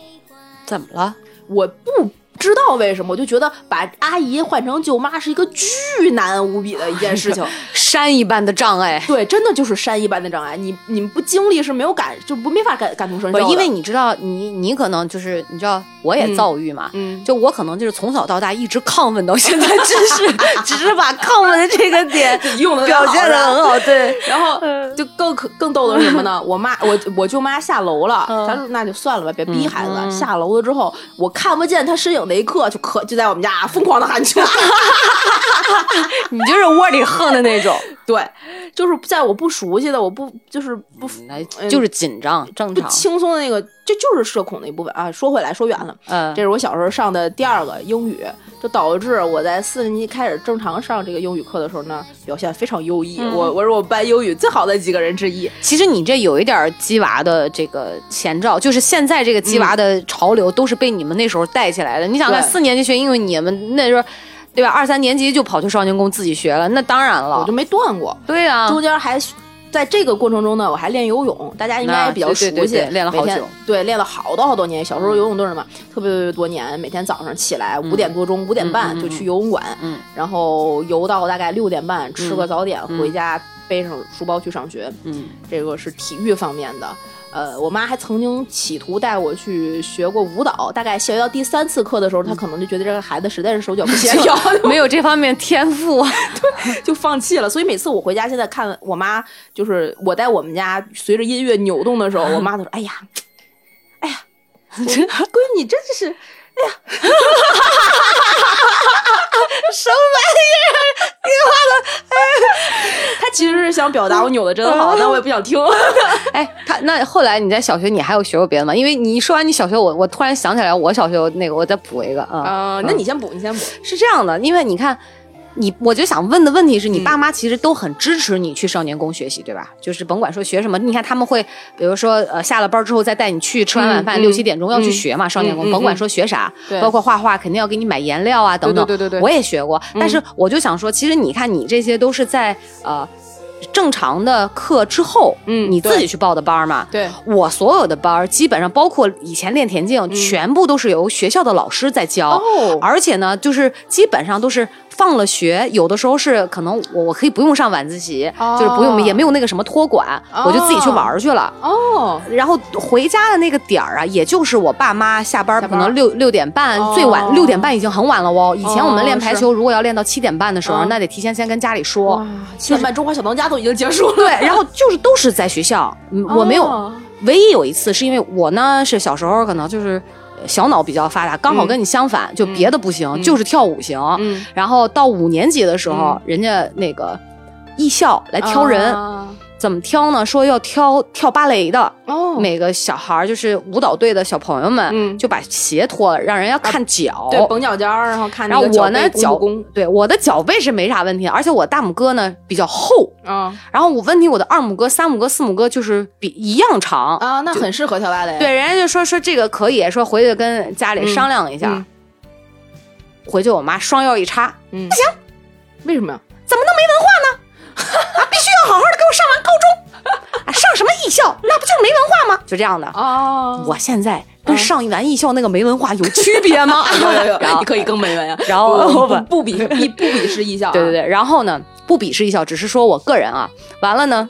B: 怎么了？
F: 我不。知道为什么，我就觉得把阿姨换成舅妈是一个巨难无比的一件事情。
B: 山一般的障碍。
F: 对，真的就是山一般的障碍，你你们不经历是没有感，就不没法感感同身
B: 不
F: 受
B: 是
F: 的。
B: 因为你知道，你你可能就是你知道，我也躁郁嘛，
F: 嗯，
B: 就我可能就是从小到大一直亢奋到现在，只是只是把亢奋的这个 点
F: 用的
B: 表现的很好，对，嗯
F: 然后就更可更逗的是什么呢？ 我妈我我舅妈下楼了，
B: 嗯
F: 咱说那就算了吧，别逼孩子。下楼了之后，我看不见她身影那一刻，就可就在我们家啊疯狂的喊去。
B: 你就是窝里横的那种，
F: 对，就是在我不熟悉的，我不就是不
B: 来嗯就是紧张，正
F: 不
B: 常，
F: 轻松的那个，这就是社恐的一部分啊。说回来，说远了。
B: 嗯
F: 这是我小时候上的第二个英语，这导致我在四年级开始正常上这个英语课的时候呢，表现非常优异。我我是我们班英语最好的几个人之一。
B: 其实你这有一点儿鸡娃的这个前兆，就是现在这个鸡娃的潮流都是被你们那时候带起来的。你想看
F: 对
B: 四年级学英语，你们那时候，对吧？二三年级就跑去少年宫自己学了，那当然
F: 我
B: 了
F: 就。没断过，
B: 对啊，
F: 中间还在这个过程中呢，我还练游泳，大家应该
B: 那
F: 比较熟悉，
B: 对对对对练了好
F: 每天
B: 久嗯
F: 对，练了好多好多年。小时候游泳队嘛，特别特别多年，每天早上起来五点多钟、五点半就去游泳馆，
B: 嗯
F: 然后游到大概六点半，吃个早点、
B: 嗯
F: 回家，背上书包去上学。
B: 嗯
F: 这个是体育方面的。呃，我妈还曾经企图带我去学过舞蹈，大概学到第三次课的时候，
B: 嗯
F: 她可能就觉得这个孩子实在是手脚不协 调，
B: 没有这方面天赋啊。
F: 就放弃了。所以每次我回家，现在看我妈，就是我在我们家随着音乐扭动的时候，我妈都说：“哎呀，哎呀，我闺女你真的是。” 哎呀，什么玩意儿？你妈的！哎，她其实是想表达我扭的真 好，但我也不想听。
B: 哎，他那后来你在小学你还有学过别的吗？因为你一说完你小学，我我突然想起来我小学那个，我再补一个啊。
F: 啊、那你先补，你先补。
B: 是这样的，因为你看，你我就想问的问题是你
F: 嗯
B: 爸妈其实都很支持你去少年宫学习，对吧？就是甭管说学什么，你看他们会，比如说呃下了班之后再带你去，吃完晚
F: 嗯
B: 饭六七点钟要去学嘛，少年宫，甭管说学啥，
F: 对
B: 包括画画肯定要给你买颜料啊等等，
F: 对对对对对嗯
B: 我也学过，但是我就想说，其实你看你这些都是在呃。正常的课之后，
F: 嗯
B: 你自
F: 对
B: 己去报的班儿嘛，
F: 对
B: 我所有的班儿，基本上包括以前练田径，全部都是由学校的老师在教，
F: 嗯哦
B: 而且呢，就是基本上都是放了学，有的时候是可能我我可以不用上晚自习，
F: 哦
B: 就是不用也没有那个什么托管，我就自己去玩儿去了。
F: 哦，
B: 然后回家的那个点儿啊，也就是我爸妈下班儿
F: 下
B: 可
F: 班儿
B: 能六六点半，
F: 哦
B: 最晚六点半已经很晚了哦。以前我们练排球，如果要练到七点半的时候，
F: 嗯
B: 那得提前先跟家里说。
F: 现在《中华小当家》都已经结束了。
B: 对，然后就是都是在学校，嗯我没有，
F: 哦
B: 唯一有一次是因为我呢是小时候可能就是。呃小脑比较发达，刚好跟你相反，就别的不行，就是跳舞行。
F: 嗯
B: 然后到五年级的时候，人家那个艺校来挑人，
F: 啊
B: 怎么挑呢？说要挑跳芭蕾的，
F: 哦，
B: 每个小孩儿就是舞蹈队的小朋友们，
F: 嗯
B: 就把鞋脱了，让人家看脚。
F: 对，绷脚尖儿，然后看
B: 哦然
F: 那
B: 后
F: 个
B: 我呢，
F: 背
B: 脚
F: 弓不弓
B: 对我的脚背是没啥问题，而且我大拇哥呢比较厚，
F: 啊
B: 然后我问题我的二拇哥、三拇哥、四拇哥就是比一样长
F: 啊，那很适合跳芭蕾。
B: 对，人家就说说这个可以，说回去跟家里商量一下。
F: 嗯
B: 回去我妈双腰一插，
F: 嗯，不行，为什么呀？
B: 怎么能没文化呢？啊，必须要好好的给我上完高中，啊，上什么艺校，那不就是没文化吗？就这样的。
F: 哦，
B: 我现在跟上一完艺校那个没文化有区别吗？
F: 有有
B: 然
F: 有，
B: 后
F: 你可以更美文呀。
B: 然后
F: 不
B: 我
F: 不
B: 把
F: 不比比不比试一笑啊。
B: 对对对，然后呢，不鄙视艺校，只是说我个人啊。完了呢，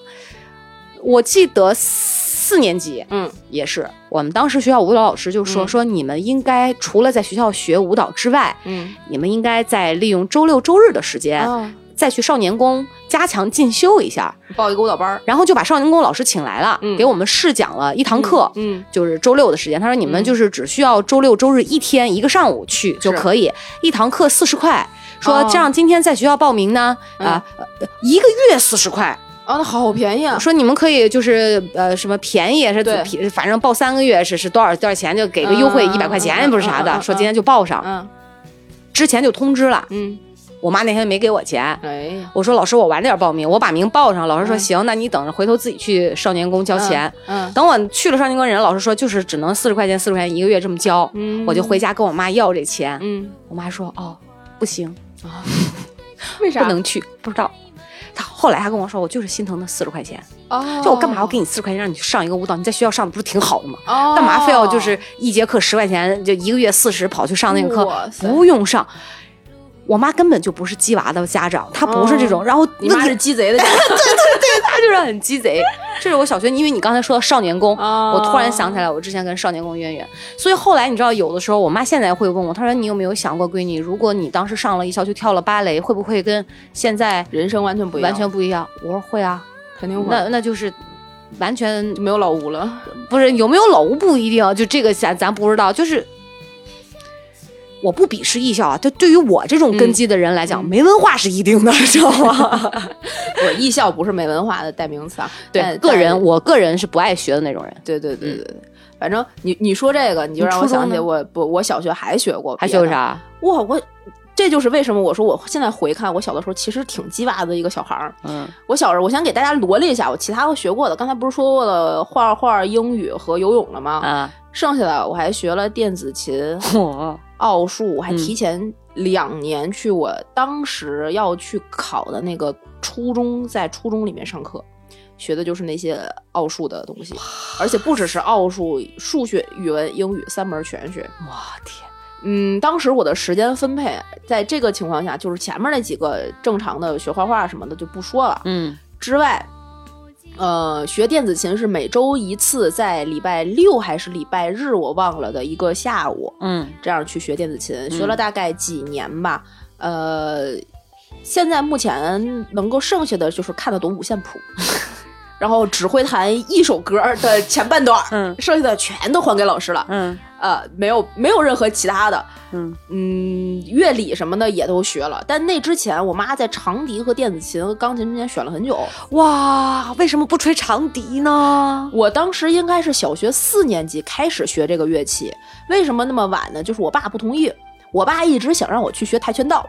B: 我记得四年级，
F: 嗯，
B: 也是我们当时学校舞蹈老师就说、说你们应该除了在学校学舞蹈之外，
F: 嗯，
B: 你们应该在利用周六周日的时间，
F: 哦
B: 再去少年宫加强进修一下。
F: 报一个舞蹈班儿。
B: 然后就把少年宫老师请来了，
F: 嗯
B: 给我们试讲了一堂课，
F: 嗯
B: 就是周六的时间。他说你们就是只需要周六周日一天一个上午去就可以，一堂课四十块。说
F: 哦嗯
B: 这样今天在学校报名呢，啊、呃一个月四十块。
F: 啊，那好便宜啊。
B: 说你们可以就是呃什么便宜是
F: 对
B: 便，反正报三个月是是多少多少钱就给个优惠
F: 嗯
B: 一百块钱，不是啥
F: 嗯嗯嗯
B: 的。
F: 嗯
B: 说今天就报上，
F: 嗯
B: 之前就通知了。
F: 嗯，
B: 我妈那天没给我钱，
F: 哎呀，
B: 我说老师，我晚点报名，我把名报上。老师说
F: 嗯
B: 行，那你等着回头自己去少年宫交钱。
F: 嗯
B: 等我去了少年宫，人家老师说就是只能四十块钱，四十块钱一个月这么交。
F: 嗯
B: 我就回家跟我妈要这钱，
F: 嗯，
B: 我妈说哦不行，
F: 为
B: 不
F: 啥？
B: 能去，不知道。她后来还跟我说，我就是心疼那四十块钱，
F: 哦，
B: 就我干嘛要给你四十块钱让你去上一个舞蹈？你在学校上的不是挺好的吗？
F: 哦？
B: 干嘛非要就是一节课十块钱，就一个月四十跑去上那个
F: 哇
B: 课？
F: 塞
B: 不用上。我妈根本就不是鸡娃的家长，她不是这种，然后
F: 哦你
B: 问
F: 妈
B: 题
F: 是鸡贼的家长？
B: 他就是很鸡贼。这是我小学，因为你刚才说到少年宫，
F: 哦
B: 我突然想起来我之前跟少年宫渊源。所以后来你知道，有的时候我妈现在会问我，她说你有没有想过，闺女，如果你当时上了艺校去跳了芭蕾，会不会跟现在
F: 人生完全不一样，
B: 完全不一样？我说会啊，
F: 肯定会
B: 那那就是。完全
F: 没有老吴了。
B: 不是有没有老吴不一定，啊就这个咱咱不知道，就是我不鄙视艺校啊，就对于我这种根
F: 嗯
B: 基的人来讲，没文化是一定的， 知道吗？
F: 我艺校不是没文化的代名词啊，
B: 对，
F: 但
B: 个
F: 但
B: 人我个人是不爱学的那种人。
F: 对对对对对，反正你你说这个，你就让我
B: 初中
F: 想起
B: 呢
F: 我不我小学还学过，
B: 还学过？啥？
F: 哇，我这就是为什么我说我现在回看我小的时候其实挺鸡巴的一个小孩儿。
B: 嗯，
F: 我小时候，我先给大家罗列一下我其他都学过的。刚才不是说过了画画、英语和游泳了吗？
B: 啊，
F: 剩下的我还学了电子琴、
B: 我
F: 奥数，我还
B: 嗯
F: 提前两年去我当时要去考的那个初中，在初中里面上课，学的就是那些奥数的东西，而且不只是奥数，数学、语文、英语三门全学。
B: 我天，
F: 嗯，当时我的时间分配在这个情况下，就是前面那几个正常的学画画什么的就不说了，
B: 嗯
F: 之外，呃，学电子琴是每周一次，在礼拜六还是礼拜日，我忘了的一个下午，
H: 嗯，
F: 这样去学电子琴，学了大概几年吧。呃，现在目前能够剩下的就是看得懂五线 谱，然后只会弹一首歌的前半段，
H: 嗯，
F: 剩下的全都还给老师了。
H: 嗯
F: 呃，没有没有任何其他的，
H: 嗯
F: 嗯乐理什么的也都学了，但那之前我妈在长笛和电子琴和钢琴之间选了很
H: 哦
F: 久。
H: 哇，为什么不吹长笛呢？
F: 我当时应该是小学四年级开始学这个乐器，为什么那么晚呢？就是我爸不同意，我爸一直想让我去学跆拳道，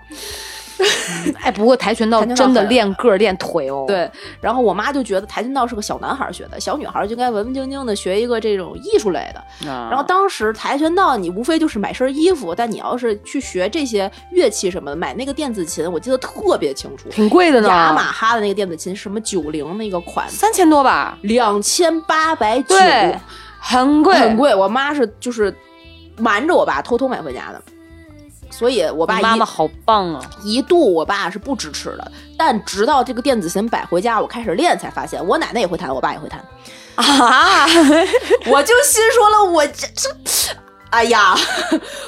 H: 哎，不过跆拳道
F: 跆拳道
H: 真的
F: 很
H: 练个儿练腿哦。，
F: 对，然后我妈就觉得跆拳道是个小男孩学的，小女孩就应该文文静静的学一个这种艺术类的。然
H: 然
F: 后当时跆拳道你无非就是买身衣服，但你要是去学这些乐器什么的，买那个电子琴，我记得特别清楚，
H: 挺贵的呢，
F: 雅马哈的那个电子琴，什么九零那个款，
H: 三千多吧？
F: 两千八百九，
H: 对，很贵，
F: 很。贵。我妈是就是瞒着我爸偷偷买回家的，所以我爸
H: 你
F: 一
H: 妈妈好棒啊！
F: 一度我爸是不支持的，但直到这个电子琴摆回家，我开始练，才发现我奶奶也会弹，我爸也会弹。
H: 啊，
F: 我就心说了，我这这，哎呀！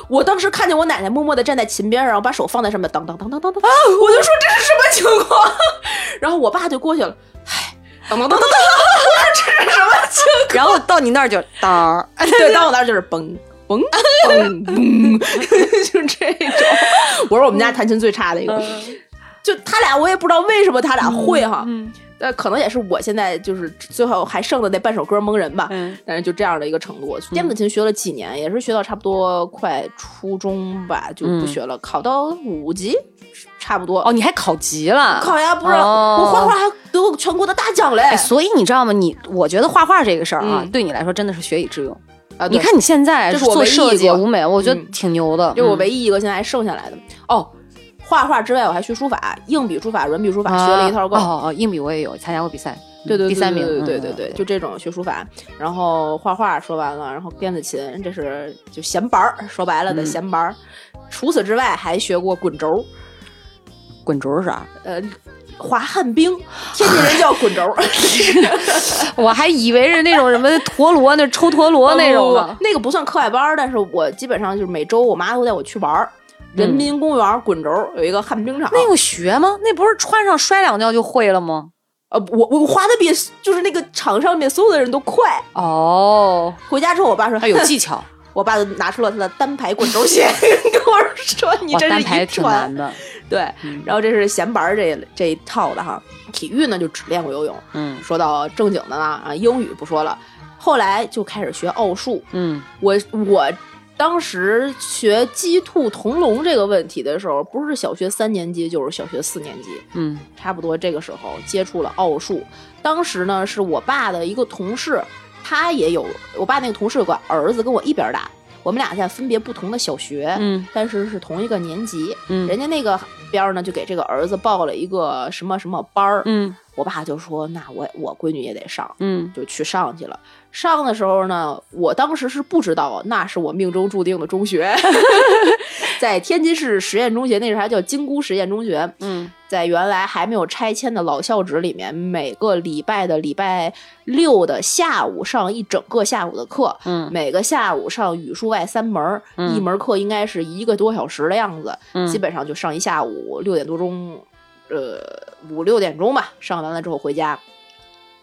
F: 我当时看见我奶奶默默的站在琴边上，然后把手放在上面，当当当当当当，我就说这是什么情况？然后我爸就过去了，哎，当当当当当，
H: 然后到你那儿就当 儿，
F: 对，当我当时就是嘣嘣 嘣嘣， 就这种。我说我们家弹琴最差的一个，
H: 嗯
F: 就他俩，我也不知道为什么他俩会哈。但可能也是我现在就是最后还剩的那半首歌蒙人吧，
H: 嗯
F: 但是就这样的一个程度。电子琴学了几年，也是学到差不多快初中吧，就不学了，考到五级差不多。
H: 嗯哦，你还考级了，
F: 考呀，不是、
H: 哦
F: 我画画还得过全国的大奖嘞！
H: 哎，所以你知道吗？你我觉得画画这个事儿啊，
F: 嗯
H: 对你来说真的是学以致用。
F: 啊，
H: 你
F: 对
H: 看你现在
F: 这是我
H: 做
F: 唯一
H: 设
F: 一
H: 计、
F: 个
H: 舞美，我觉得
F: 嗯
H: 挺牛的。
F: 这是我
H: 嗯
F: 唯一一个现在还剩下来的。哦，画画之外，我还学书法，硬笔书法、软笔书法，学了一套够。
H: 啊哦哦，硬笔我也有参加过比赛，
F: 对对，对
H: 第三名，
F: 对对对
H: 嗯
F: 对对，就这种学书法，然后画画说完了，然后电子琴，这是就闲班儿，说白了的
H: 嗯
F: 闲班儿。除此之外，还学过滚轴，
H: 滚轴是啥？
F: 呃，滑旱冰，天津人叫滚轴，
H: 我还以为是那种什么陀螺，那抽陀螺那种
F: 不
H: 呢。
F: 哦不那个不算课外班儿，但是我基本上就是每周我妈都带我去玩儿。人民公园滚轴有一个旱冰场，
H: 嗯那个学吗？那不是穿上摔两跤就会了吗？
F: 呃，我我滑的比就是那个场上面所有的人都快。
H: 哦，
F: 回家之后，我爸说
H: 还有技巧。
F: 我爸就拿出了他的单排滚 轴鞋，跟我说：“你
H: 哇，
F: 真是
H: 单
F: 遗
H: 排
F: 传。
H: 挺难的。
F: 对，
H: 嗯
F: 然后这是闲玩儿这这一套的哈。体育呢就只练过游泳。
H: 嗯
F: 说到正经的呢啊，英语不说了，后来就开始学奥数。
H: 嗯
F: 我我当时学鸡兔同笼这个问题的时候，不是小学三年级就是小学四年级，
H: 嗯
F: 差不多这个时候接触了奥数。当时呢是我爸的一个同事，他也有我爸那个同事有个儿子跟我一边儿大，我们俩在分别不同的小学，
H: 嗯
F: 但是是同一个年级。
H: 嗯
F: 人家那个边儿呢就给这个儿子报了一个什么什么班儿，
H: 嗯
F: 我爸就说那我我闺女也得上，
H: 嗯，
F: 就去上去了。上的时候呢，我当时是不知道那是我命中注定的 中学，在天津市实验中学，那时候还叫金沽实验中学。
H: 嗯，
F: 在原来还没有拆迁的老校址里面，每个礼拜的礼拜六的下午上一整个下午的课，
H: 嗯
F: 每个下午上语数外三门儿，
H: 嗯
F: 一门课应该是一个多小时的样子，
H: 嗯
F: 基本上就上一下午，六点多钟，呃，五六点钟吧，上完了之后回家，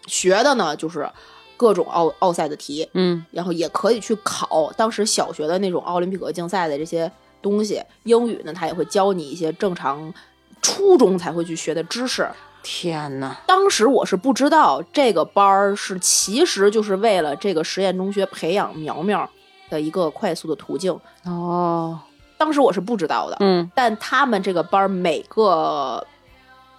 F: 学的呢就是各种奥奥赛的题，
H: 嗯
F: 然后也可以去考当时小学的那种奥林匹克竞赛的这些东西。英语呢，它也会教你一些正常初中才会去学的知识，
H: 天哪！
F: 当时我是不知道这个班儿是其实就是为了这个实验中学培养苗苗的一个快速的途径，
H: 哦，
F: 当时我是不知道的。
H: 嗯
F: 但他们这个班儿每个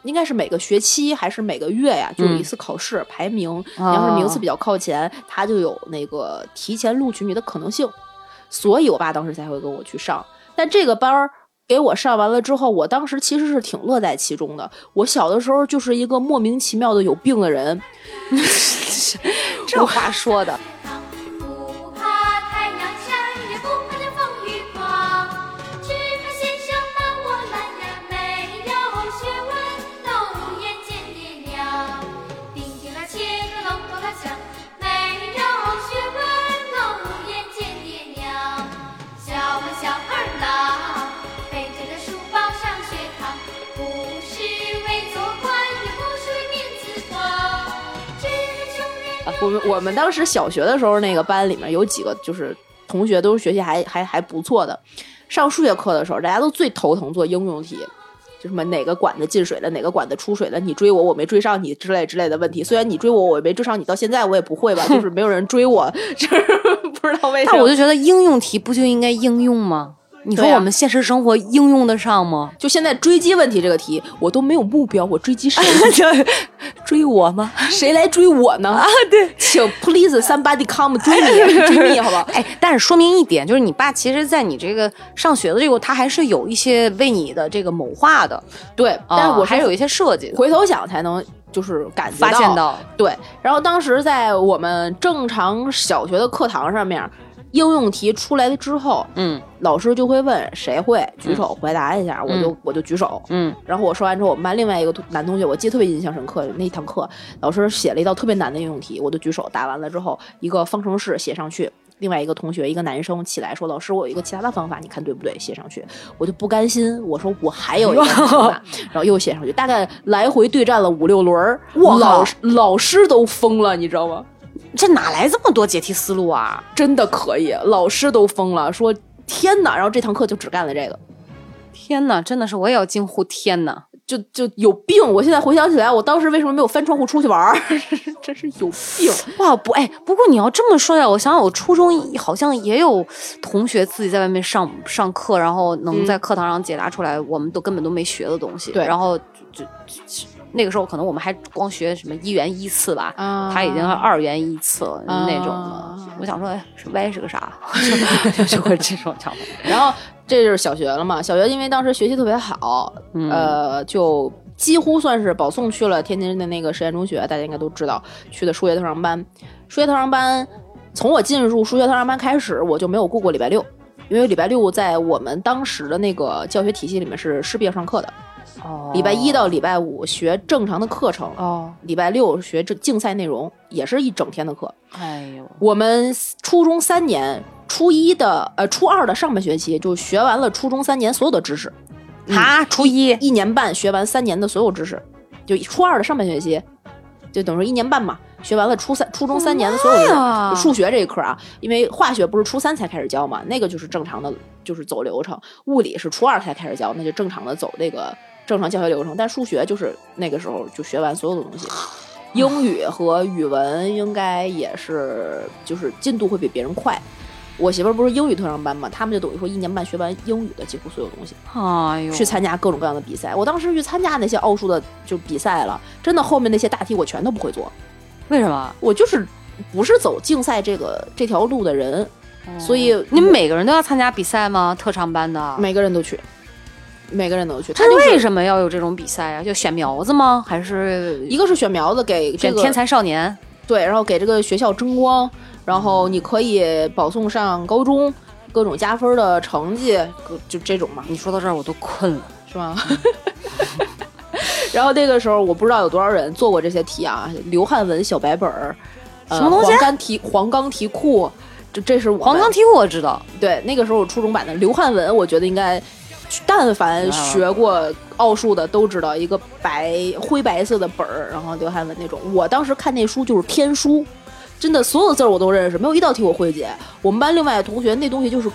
F: 应该是每个学期还是每个月呀，
H: 嗯
F: 就有一次考试排名，
H: 啊
F: 你要是名次比较靠前，他就有那个提前录取你的可能性。所以我爸当时才会跟我去上。但这个班儿给我上完了之后，我当时其实是挺乐在其中的。我小的时候就是一个莫名其妙的有病的人，
H: 这话说的，
D: 不怕太阳晒，也不怕这风雨狂。只怕先生骂我懒呀，没有学问，豆腐眼见爹娘。顶起了千
F: 我们啊我们当时小学的时候，那个班里面有几个就是同学都是学习还还还不错的。上数学课的时候，大家都最头疼做应用题，就什么哪个管子进水了，哪个管子出水了，你追我，我没追上你之类之类的问题。虽然你追我，我没追上你，到现在我也不会吧，就是没有人追我， 就是不知道为什
B: 但
F: 么
B: 我。就觉得应用题不就应该应用吗？你说
F: 对啊
B: 我们现实生活应用得上吗？
F: 就现在追击问题这个题，我都没有目标，我追击 谁？
B: 追我吗？
F: 谁来追我呢？啊，对，请 please somebody come 追你， 追你，好吧？
B: 哎，但是说明一点，就是你爸其实，在你这个上学的这个，他还是有一些为你的这个谋划的，
F: 对，但
B: 啊
F: 是
B: 还
F: 我还
B: 是
F: 有
B: 有一些设计的，
F: 回头想才能就是感觉
B: 发现到
F: 对，然后当时在我们正常小学的课堂上面，应用题出来了之后，
B: 嗯
F: 老师就会问谁会，举手回答一下，我就我就举手。
B: 嗯，
F: 然后我说完之后，我们班另外一个同男同学，我记得特别印象深刻。那一堂课，老师写了一道特别难的应用题，我就举手答完了之后，一个方程式写上去。另外一个同学，一个男生起来说：“老师，我有一个其他的方法，你看对不对？”写上去，我就不甘心，我说我还有一个方法，然后又写上去，大概来回对战了五六轮儿，
B: 我靠
F: 老师老师都疯了，你知道吗？
B: 这哪来这么多解题思路啊？
F: 真的可以，老师都疯了，说天哪！然后这堂课就只干了这个，
B: 天哪，真的是我也要惊呼天哪！
F: 就就有病！我现在回想起来，我当时为什么没有翻窗户出去玩儿， 真是有病。
B: 哇，不，哎，不过你要这么说呀，我想想，我初中好像也有同学自己在外面上上课，然后能在课堂上解答出来我们都根本都没学的东西。
F: 对
B: 然后就就就那个时候可能我们还光学什么一元一次吧，
F: 啊
B: 他已经是二元一次了、
F: 啊
B: 那种的。我想说，哎，是 y 是个啥？ 就会这种想法。
F: 然后这就是小学了嘛，小学因为当时学习特别好，呃，就几乎算是保送去了天津的那个实验中学，大家应该都知道，去的数学特长班。数学特长班，从我进入数学特长班开始，我就没有过过礼拜六，因为礼拜六在我们当时的那个教学体系里面是势必要上课的，
B: 哦
F: 礼拜一到礼拜五学正常的课程，
B: 哦，
F: 礼拜六学这竞赛内容，也是一整天的课。
B: 哎呦，
F: 我们初中三年，初一的呃初二的上半学期就学完了初中三年所有的知识，
B: 他初一
F: 一年半学完三年的所有知识，就初二的上半学期，就等于说一年半嘛，学完了初三初中三年的所有知识。
B: 呀
F: 数学这一科啊，因为化学不是初三才开始教嘛，那个就是正常的，就是走流程；物理是初二才开始教，那就正常的走这个正常教学流程。但数学就是那个时候就学完所有的东西。英语和语文应该也是，就是进度会比别人快。我媳妇儿不是英语特长班嘛，他们就等于说一年半学完英语的几乎所有东西。
B: 哎呦，
F: 去参加各种各样的比赛。我当时去参加那些奥数的就比赛了，真的后面那些大题我全都不会做，
B: 为什么？
F: 我就是不是走竞赛这个这条路的人，
B: 嗯哦
F: 所以
B: 你们每个人都要参加比赛吗？特长班的？
F: 每个人都去，每个人都去。他
B: 他
F: 就是
B: 为什么要有这种比赛呀、就选苗子吗？还是
F: 一个是选苗子给这
B: 选
F: 个
B: 天才少年？
F: 对，然后给这个学校争光，然后你可以保送上高中，各种加分的成绩，各就这种嘛。
B: 你说到这儿我都困了。
F: 是吗？ 然后那个时候我不知道有多少人做过这些题啊，刘汉文小白本儿，呃、
B: 什么东西
F: 黄冈题黄冈题库，这这是我们
B: 黄冈题库我知道，
F: 对那个时候我初中版的刘汉文，我觉得应该。但凡学过奥数的都知道，一个白灰白色的本儿，然后刘汉文那种。我当时看那书就是天书，真的所有字儿我都认识，没有一道题我会解。我们班另外的同学那东西就是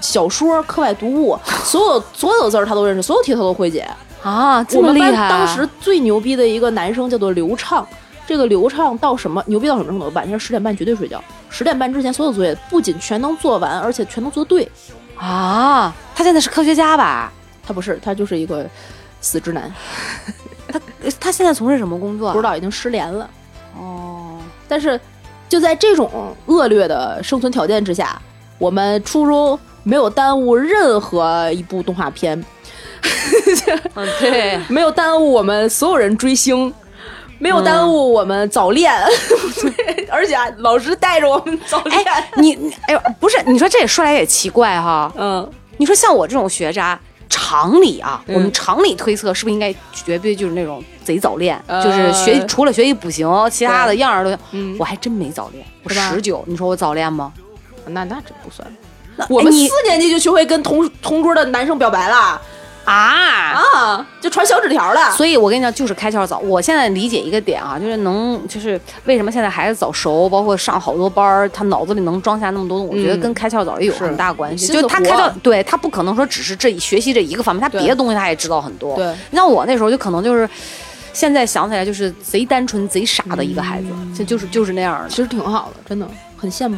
F: 小说课外读物，所有所有字儿他都认识，所有题他都会解。
B: 啊，这
F: 我
B: 么
F: 们
B: 厉
F: 班
B: 害！
F: 当时最牛逼的一个男生叫做刘畅，这个刘畅到什么牛逼到什么程度？晚上十点半绝对睡觉，十点半之前所有作业不仅全能做完，而且全能做对。
B: 啊，他现在是科学家吧？
F: 他不是，他就是一个死直男，
B: 呃他现在从事什么工作？啊
F: 不知道已经失联了。
B: 哦，
F: 但是就在这种恶劣的生存条件之下，我们初中没有耽误任何一部动画片，
B: 嗯，对，
F: 没有耽误我们所有人追星。没有耽
B: 嗯
F: 误我们早恋， 对，而且啊老师带着我们早恋，
B: 哎，你你哎呦，不是，你说这也说来也奇怪哈。
F: 嗯，
B: 你说像我这种学渣，常理啊，我们
F: 嗯
B: 常理推测是不是应该绝对就是那种贼早恋，
F: 呃
B: 就是学除了学习不行，其他的样儿都。
F: 嗯
B: 我还真没早恋，我
F: 是吧
B: 十九，你说我早恋吗？
F: 那那真不算。
B: 那
F: 我们
B: 哎你
F: 四年级就学会跟同同桌的男生表白了，
B: 啊！
F: 啊，就传小纸条了。
B: 所以，我跟你讲，就是开窍早。我现在理解一个点啊，就是能，就是为什么现在孩子早熟，包括上好多班儿，他脑子里能装下那么多东西，我觉得跟开窍早也有很大关系。
F: 嗯是
B: 就是他
F: 心思
B: 开
F: 活
B: 窍，对他不可能说只是这一学习这一个方面，他别的东西他也知道很多。
F: 对
B: 你像我那时候就可能就是，现在想起来就是贼单纯、贼傻的一个孩子，这就是就是那样的。
F: 其实挺好的，真的很羡慕。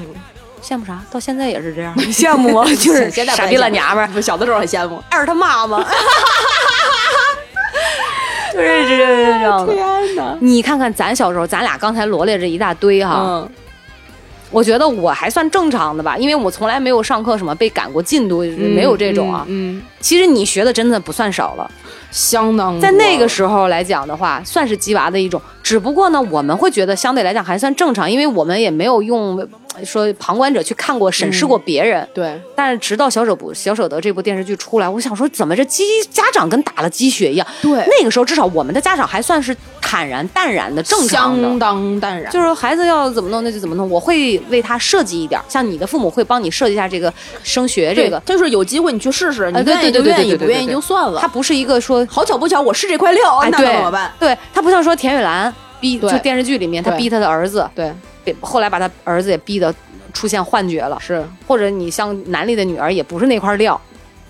B: 羡慕啥？到现在也是这样， 羡慕
F: 啊
B: 我就是
F: 现在不
B: 傻
F: 太
B: 逼
F: 羡
B: 了
F: 慕
B: 娘们 儿。
F: 不，小的时候很羡慕。
B: 二他妈妈， 就是这这样的。
F: 天哪！
B: 你看看咱小时候，咱俩刚才罗列这一大堆哈，
F: 嗯，
B: 我觉得我还算正常的吧，因为我从来没有上课什么被赶过进度，没有这种啊。
F: 嗯，嗯
B: 其实你学的真的不算少了，
F: 相当
B: 在那个
F: 时
B: 时候来讲的话，算是鸡娃的一种。只不过呢，我们会觉得相对来讲还算正常，因为我们也没有用说旁观者去看过、审
F: 嗯
B: 视过别人。
F: 对，
B: 但是直到小舍不小舍得这部电视剧出来，我想说，怎么这鸡家长跟打了鸡血一样？
F: 对
B: 那个时候至少我们的家长还算是坦然淡然的、正常
F: 相
B: 的。
F: 当淡然。
B: 就是孩子要怎么弄那就怎么弄，我会为他设计一点儿，像你的父母会帮你设计一下这个升学这
F: 对
B: 个，，
F: 就是有机会你去试试，你
B: 啊对
F: 愿意
B: 对
F: 就
B: 对对
F: 愿意，
B: 对对
F: 不
B: 对
F: 愿意
B: 对
F: 就算了
B: 他。不是一个说
F: 好巧不巧，我是这块料，
B: 哎
F: 那
B: 对
F: 怎么办？
B: 对他不像说田雨岚逼就
F: 对
B: 电视剧里面他
F: 对
B: 逼他的儿子，
F: 对，
B: 被后来把他儿子也逼得出现幻觉了，
F: 是，
B: 或者你像南丽的女儿也不是那块料，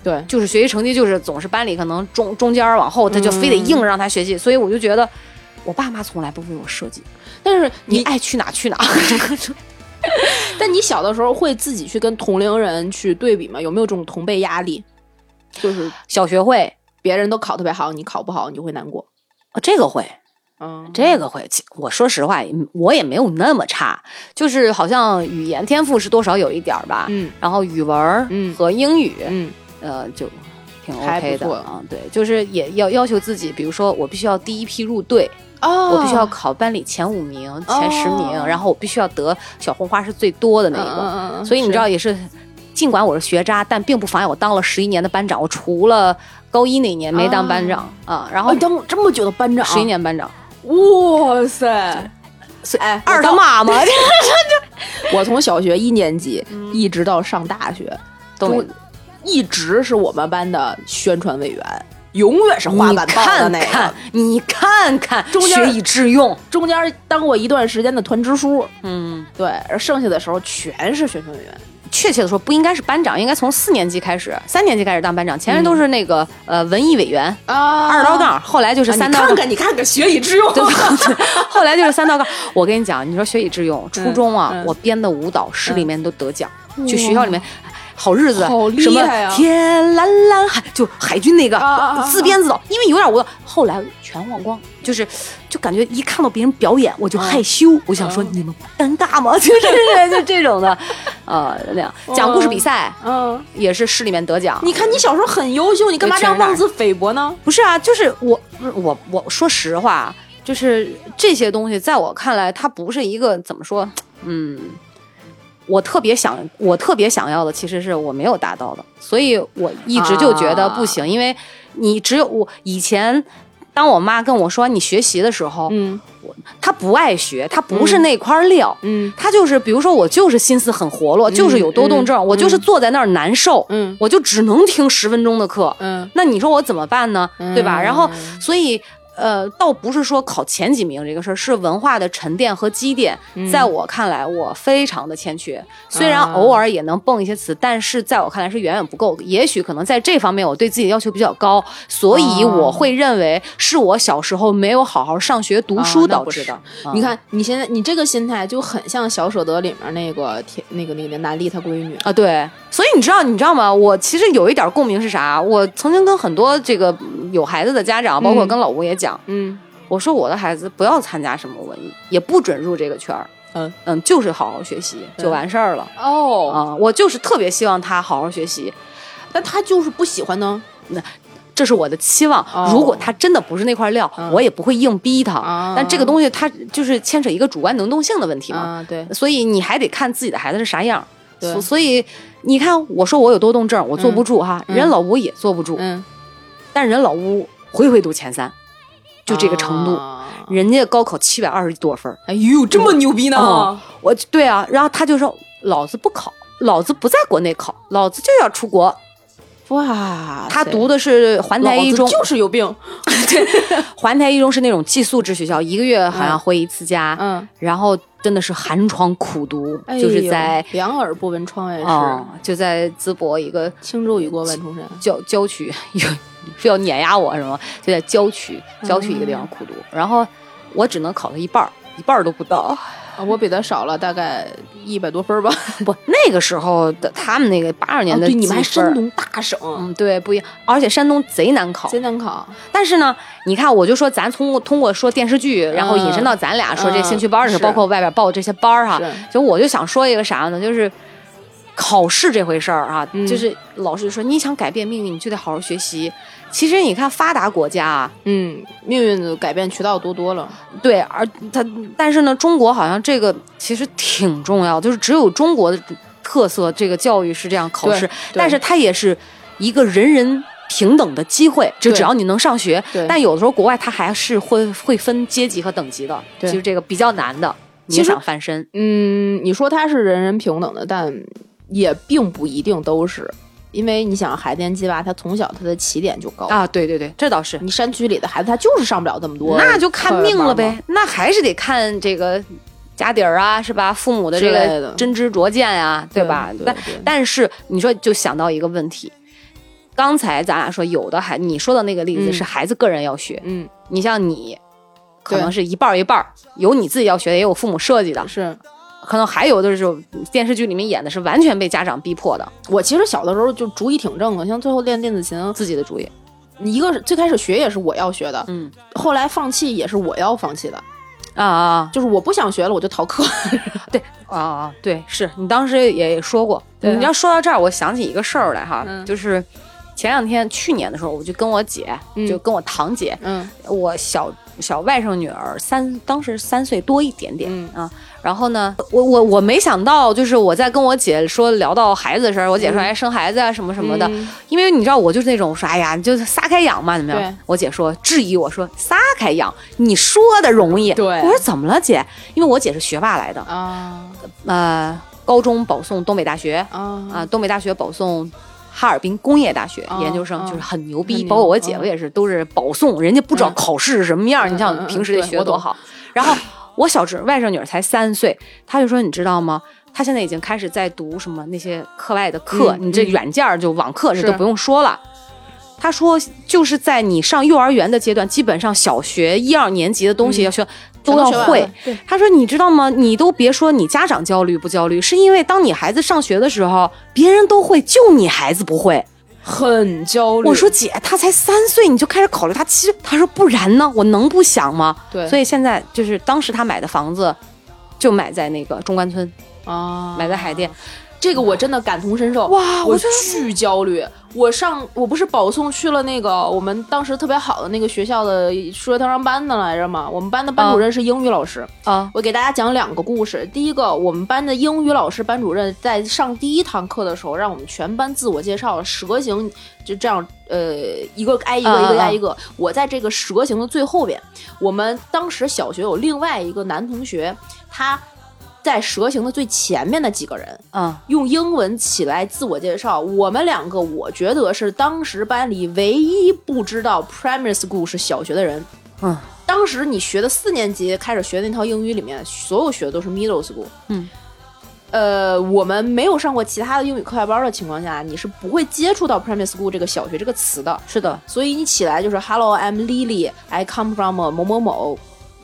F: 对，
B: 就是学习成绩就是总是班里可能中中间儿往后，他就非得硬让他学习，所以我就觉得我爸妈从来不为我设计，
F: 但是
B: 你
F: 你
B: 爱去哪去哪。
F: 但你小的时候会自己去跟同龄人去对比吗？有没有这种同辈压力？就是
B: 小学会
F: 别人都考特别好，你考不好，你就会难过。
B: 哦这个会，
F: 嗯，
B: 这个会，其我说实话，嗯我也没有那么差，就是好像语言天赋是多少有一点儿吧，
F: 嗯
B: 然后语文儿
F: 嗯
B: 和英语，
F: 嗯
B: 呃，就挺
F: 还不
B: OK 的
F: 错
B: 啊。对，就是也要要求自己，比如说我必须要第一批入队，
F: 哦
B: 我必须要考班里前五名、前十名，然后我必须要得小红花是最多的那一个，
F: 嗯嗯嗯
B: 所以你知道也是。尽管我是学渣，但并不妨碍我当了十一年的班长。我除了高一那年没当班长、啊，然后
F: 哦，当这么久的班长，
B: 十一，年班长，
F: 哦哇塞！哎，
B: 二他妈嘛，
F: 我从小学一年级
B: 嗯
F: 一直到上大学，
B: 都没
F: 都一直是我们班的宣传委员，永远是
B: 你
F: 花板报的
B: 看
F: 那
B: 看
F: 个。，
B: 你看看，
F: 中间
B: 学以致用，
F: 中间当过一段时间的团支书，
B: 嗯，
F: 对，而剩下的时候全是宣传委员。
B: 确切的说，不应该是班长，应该从四年级开始，三年级开始当班长，前面都是那个、呃文艺委员，
F: 啊
B: 二道杠，后来就是三道杠。
F: 你看看，你看看，学以致用。
B: 对对 对后来就是三道杠。我跟你讲，你说学以致用，初中啊，
F: 嗯
B: 我编的舞蹈市里面都得奖，就学校里面。好日子，
F: 好厉
B: 什么
F: 害啊
B: 天蓝蓝海，就海军那个、
F: 啊啊啊
B: 自编自导，因为有点舞蹈，后来全忘光，就是就感觉一看到别人表演我就害羞，
F: 嗯
B: 我想说、你们不尴尬吗？ 就是就这种的，呃，那样讲故事比赛
F: 嗯，
B: 也是市里面得奖，
F: 你看你小时候很优秀，你干嘛这样妄自菲薄呢？
B: 不是啊，就是我，不是我，我说实话，就是这些东西，在我看来，它不是一个怎么说，嗯，我特别想，我特别想要的，其实是我没有达到的，所以我一直就觉得不行，
F: 啊
B: 因为你只有我以前。当我妈跟我说你学习的时候，
F: 嗯
B: 她不爱学，她不是那块料，
F: 嗯
B: 她就是比如说我就是心思很活络，就是有多动症，我就是坐在那儿难受，
F: 嗯
B: 我就只能听十分钟的课，
F: 嗯
B: 那你说我怎么办呢？对吧？
F: 嗯
B: 然后，所以，呃，倒不是说考前几名这个事儿，是文化的沉淀和积淀。在我看来，我非常的欠缺。虽然
F: 嗯啊
B: 偶尔也能蹦一些词，但是在我看来是远远不够的。也许可能在这方面，我对自己的要求比较高，所以我会认为是我小时候没有好好上学读书
F: 啊那
B: 导
F: 不
B: 致的。啊
F: 你看你现在你这个心态就很像《小舍得》里面那个铁那个那个南丽她闺女。
B: 啊，对，所以你知道，你知道吗？我其实有一点共鸣是啥？我曾经跟很多这个嗯有孩子的家长，包括
F: 嗯
B: 跟老吴也讲，
F: 嗯
B: 我说我的孩子不要参加什么文艺，也不准入这个圈儿。
F: 嗯
B: 就是好好学习就完事儿了
F: 哦，
B: 啊、我就是特别希望他好好学习，
F: 但她就是不喜欢呢。
B: 这是我的期望。
F: 哦嗯
B: 如果他真的不是那块料，我也不会硬逼他。
F: 啊
B: 但这个东西它就是牵扯一个主观能动性的问题嘛，
F: 啊，对，
B: 所以你还得看自己的孩子是啥样。
F: 对
B: 所所以你看，我说我有多动症，我坐不住哈，人老吴也坐不住，
F: 嗯，
B: 但人老吴回回都前三，就这个程度。
F: 啊
B: 人家高考七百二十多分儿，
F: 哎呦，这么牛逼呢！
B: 哦我对啊，然后他就说：“老子不考，老子不在国内考，老子就要出国。”
F: 哇塞，
B: 他读的是环台一中，
F: 就是有 病，
B: 环台一中是那种寄宿制学校，一个月好像回一次家，
F: 嗯，
B: 然后真的是寒窗苦读，
F: 哎
B: 就
F: 呦
B: 是在
F: 两耳不闻窗外事，
B: 哦，就在淄博一个
F: 轻舟已过万重山。
B: 郊郊区，有非要碾压我什么，就在郊区郊区一个地
F: 嗯
B: 方苦读，然后我只能考到一半儿，一半儿都不到。
F: 啊我比他少了大概一百多分儿吧，啊
B: 不，那个时候的他们那个八二年的、
F: 哦对，你们还山，东大省，
B: 嗯，对，不一样，而且山东贼难考。
F: 贼难考，
B: 但是呢，你看，我就说咱通过通过说电视剧，然后引申到咱俩说这
F: 嗯
B: 兴趣班儿的时候，
F: 是
B: 包括外边报这些班儿哈
F: 是，
B: 就我就想说一个啥呢，就是。考试这回事儿啊，
F: 嗯
B: 就是老师就说你想改变命运，你就得好好学习。其实你看发达国家啊，
F: 嗯，命运的改变渠道多多了，
B: 对，而它但是呢，中国好像这个其实挺重要，就是只有中国的特色，这个教育是这样考
F: 对
B: 试
F: 对，
B: 但是它也是一个人人。平等的机会，就
F: 对
B: 只要你能上学
F: 对。
B: 但有的时候国外它还是会会分阶级和等级的，
F: 对
B: 其实这个比较难的。你
F: 其实
B: 想翻身，
F: 嗯，你说他是人人平等的，但也并不一定都是，因为你想海淀鸡娃，他从小他的起点就高，
B: 啊，对对对，这倒是，
F: 你山区里的孩子他就是上不了这么多，
B: 那就看命了呗。，那还是得看这个家底儿啊，是吧？父母的这
F: 之类
B: 个
F: 的
B: 真知灼见啊，对吧？
F: 对
B: 但
F: 对
B: 但是你说，就想到一个问题，刚才咱俩说有的孩，你说的那个例子
F: 嗯
B: 是孩子个人要学，
F: 嗯，
B: 你像你。可
F: 对
B: 能是一半儿一半儿，有你自己要学的，也有父母设计的，
F: 是
B: 可能还有的是电视剧里面演的是完全被家长逼迫的，
F: 我其实小的时候就主意挺正的，像最后练电子琴，
B: 自己的主意。
F: 一个是最开始学也是我要学的，
B: 嗯
F: 后来放弃也是我要放弃的，
B: 啊啊
F: 就是我不想学了我就逃课，
B: 啊啊！对，是你当时也说过。
F: 对啊
B: 你要说到这儿，我想起一个事儿来哈，
F: 嗯
B: 就是前两天去年的时候，我就跟我姐，
F: 嗯
B: 就跟我堂姐，
F: 嗯
B: 我小小外甥女儿三，当时三岁多一点点、
F: 嗯
B: 啊。然后呢，我我我没想到，就是我在跟我姐说聊到孩子的事儿，我姐说哎生孩子啊什么什么的，
F: 嗯
B: 因为你知道我就是那种说哎呀你就撒开养嘛怎么
F: 对
B: 样？我姐说质疑我说撒开养，你说的容易。
F: 对
B: 我说怎么了姐？因为我姐是学霸来的，
F: 啊
B: 呃，高中保送东北大学
F: 啊
B: 啊、东北大学保送。哈尔滨工业大学
F: 啊
B: 研究生
F: 啊
B: 就是很牛
F: 很
B: 逼，
F: 牛
B: 包括我姐
F: 啊
B: 夫也是，都是保送，人家不知道
F: 嗯
B: 考试是什么样儿。
F: 嗯
B: 你
F: 嗯
B: 像
F: 嗯
B: 平时得
F: 对
B: 学
F: 我
B: 多
F: 懂
B: 好。然后我小侄外甥女儿才三岁，她就说你知道吗？她现在已经开始在读什么那些课外的课，
F: 嗯
B: 你这
F: 嗯
B: 软件儿就网课这
F: 是
B: 都不用说了。她说，就是在你上幼儿园的阶段，基本上小学一二年级的东西要学、都要
F: 嗯全都学完
B: 会
F: 了。对
B: 她说，你知道吗？你都别说你家长焦虑不焦虑，是因为当你孩子上学的时候，别人都会，就你孩子不会。
F: 很焦虑，
B: 我说姐，他才三岁，你就开始考虑他七岁？他说不然呢，我能不想吗？
F: 对
B: 所以现在就是当时他买的房子，就买在那个中关村，
F: 啊
B: 买在海淀。
F: 这个我真的感同身受。
B: 哇我
F: 我
B: 真
F: 巨焦虑。我上我不是保送去了那个我们当时特别好的那个学校的数学特长班的来着吗？我们班的班
B: 嗯
F: 主任是英语老师
B: 啊。
F: 我给大家讲两个故事。第一个，我们班的英语老师班主任在上第一堂课的时候，让我们全班自我介绍，蛇形就这样，呃，一个挨一个，
B: 啊
F: 一个
B: 啊
F: 挨一个。我在这个蛇形的最后边。我们当时小学有另外一个男同学，他在蛇形的最前面的几个人。
B: 嗯，
F: 用英文起来自我介绍。我们两个，我觉得是当时班里唯一不知道 primary school 是小学的人。
B: 嗯，
F: 当时你学的四年级开始学那套英语里面，所有学的都是 middle school。
B: 嗯。
F: 呃，我们没有上过其他的英语课外班的情况下，你是不会接触到 primary school 这个小学这个词的。
B: 是的，
F: 所以你起来就是 Hello, I'm Lily, I come from 某某某，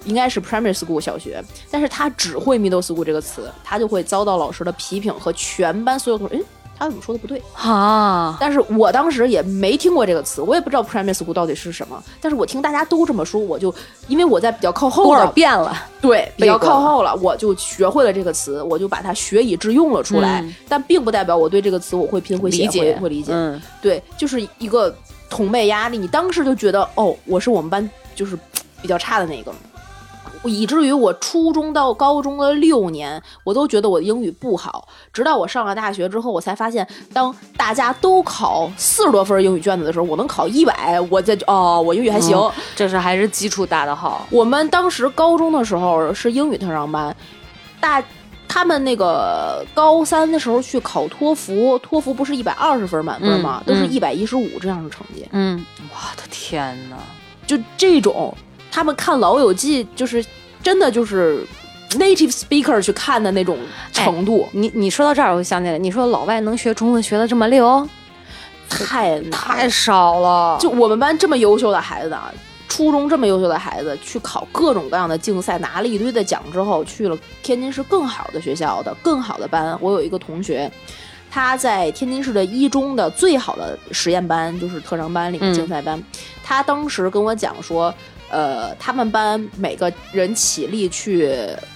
F: 应该是 primary school 小学，但是他只会 middle school 这个词，他就会遭到老师的批评和全班所有同学，哎，他怎么说的不对？
B: 啊，
F: 但是我当时也没听过这个词，我也不知道 primary school 到底是什么，但是我听大家都这么说，我就因为我在比较靠后
B: 多少
F: 的
B: 变了？
F: 对，比
B: 背
F: 较
B: 过
F: 靠
B: 了
F: 后了，我就学会了这个词，我就把它学以致用了出来。
B: 嗯
F: 但并不代表我对这个词我会拼、会写、
B: 理解
F: 会会理解。
B: 嗯，
F: 对，就是一个同辈压力。你当时就觉得，哦，我是我们班就是比较差的那个，以至于我初中到高中的六年，我都觉得我的英语不好。直到我上了大学之后，我才发现，当大家都考四十多分英语卷子的时候，我能考一百，我这就哦，我英语还行。
B: 嗯这是还是基础打得好。
F: 我们当时高中的时候是英语特长班，大他们那个高三的时候去考托福，托福不是一百二十分满分吗？都是一百一十五这样的成绩。
I: 嗯，
B: 我的天哪！
F: 就这种，他们看《老友记》就是真的就是 native speaker 去看的那种程度，
I: 你你说到这儿，我就想起来，你说老外能学中文学的这么溜，
F: 太
I: 太少了。
F: 就我们班这么优秀的孩子啊，初中这么优秀的孩子去考各种各样的竞赛，拿了一堆的奖之后，去了天津市更好的学校的更好的班。我有一个同学。他在天津市的一中的最好的实验班，就是特长班里面
I: 嗯
F: 竞赛班。他当时跟我讲说，呃，他们班每个人起立去